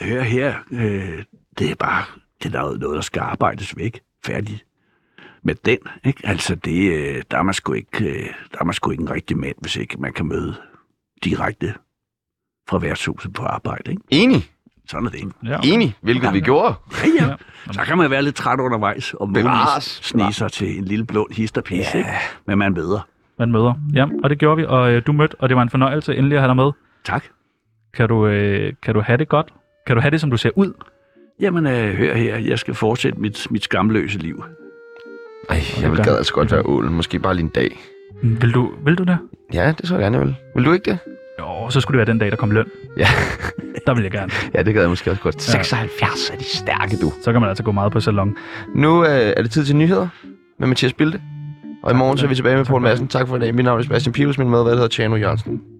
Speaker 4: hør her. Øh, det er bare det er noget, noget, der skal arbejdes væk. Færdig med den. Ikke? Altså, det, øh, der, er man sgu ikke, øh, der er man sgu ikke en rigtig mand, hvis ikke man kan møde direkte fra værtshuset på arbejde. Ikke?
Speaker 1: Enig,
Speaker 4: Sådan er det.
Speaker 5: Ja, okay.
Speaker 1: enig, hvilket vi gjorde.
Speaker 4: Ja, ja.
Speaker 5: Ja.
Speaker 4: Så kan man være lidt træt undervejs, og muligvis
Speaker 1: Bevares.
Speaker 4: snige sig til en lille blå histerpis, ja. ikke? Men man bedre.
Speaker 5: Man møder. Ja, og det gjorde vi, og øh, du mødte, og det var en fornøjelse endelig at have dig med.
Speaker 4: Tak.
Speaker 5: Kan du, øh, kan du have det godt? Kan du have det, som du ser ud?
Speaker 4: Jamen, øh, hør her, jeg skal fortsætte mit, mit skamløse liv.
Speaker 1: Ej, jeg vil
Speaker 5: gør-
Speaker 1: gad altså godt være ålen. Måske bare lige en dag.
Speaker 5: Vil du, vil du det?
Speaker 1: Ja, det tror jeg gerne, jeg vil. Vil du ikke det?
Speaker 5: Jo, så skulle det være den dag, der kom løn.
Speaker 1: Ja.
Speaker 5: Der vil jeg gerne.
Speaker 1: Ja, det gad jeg måske også godt. 76 er de stærke, du.
Speaker 5: Så kan man altså gå meget på salon.
Speaker 1: Nu øh, er det tid til nyheder med Mathias Bilde. Og i morgen så er vi tilbage med Poul Madsen. Tak for i dag. Mit navn er Sebastian Pibels, min medvært hedder Tjano Jørgensen.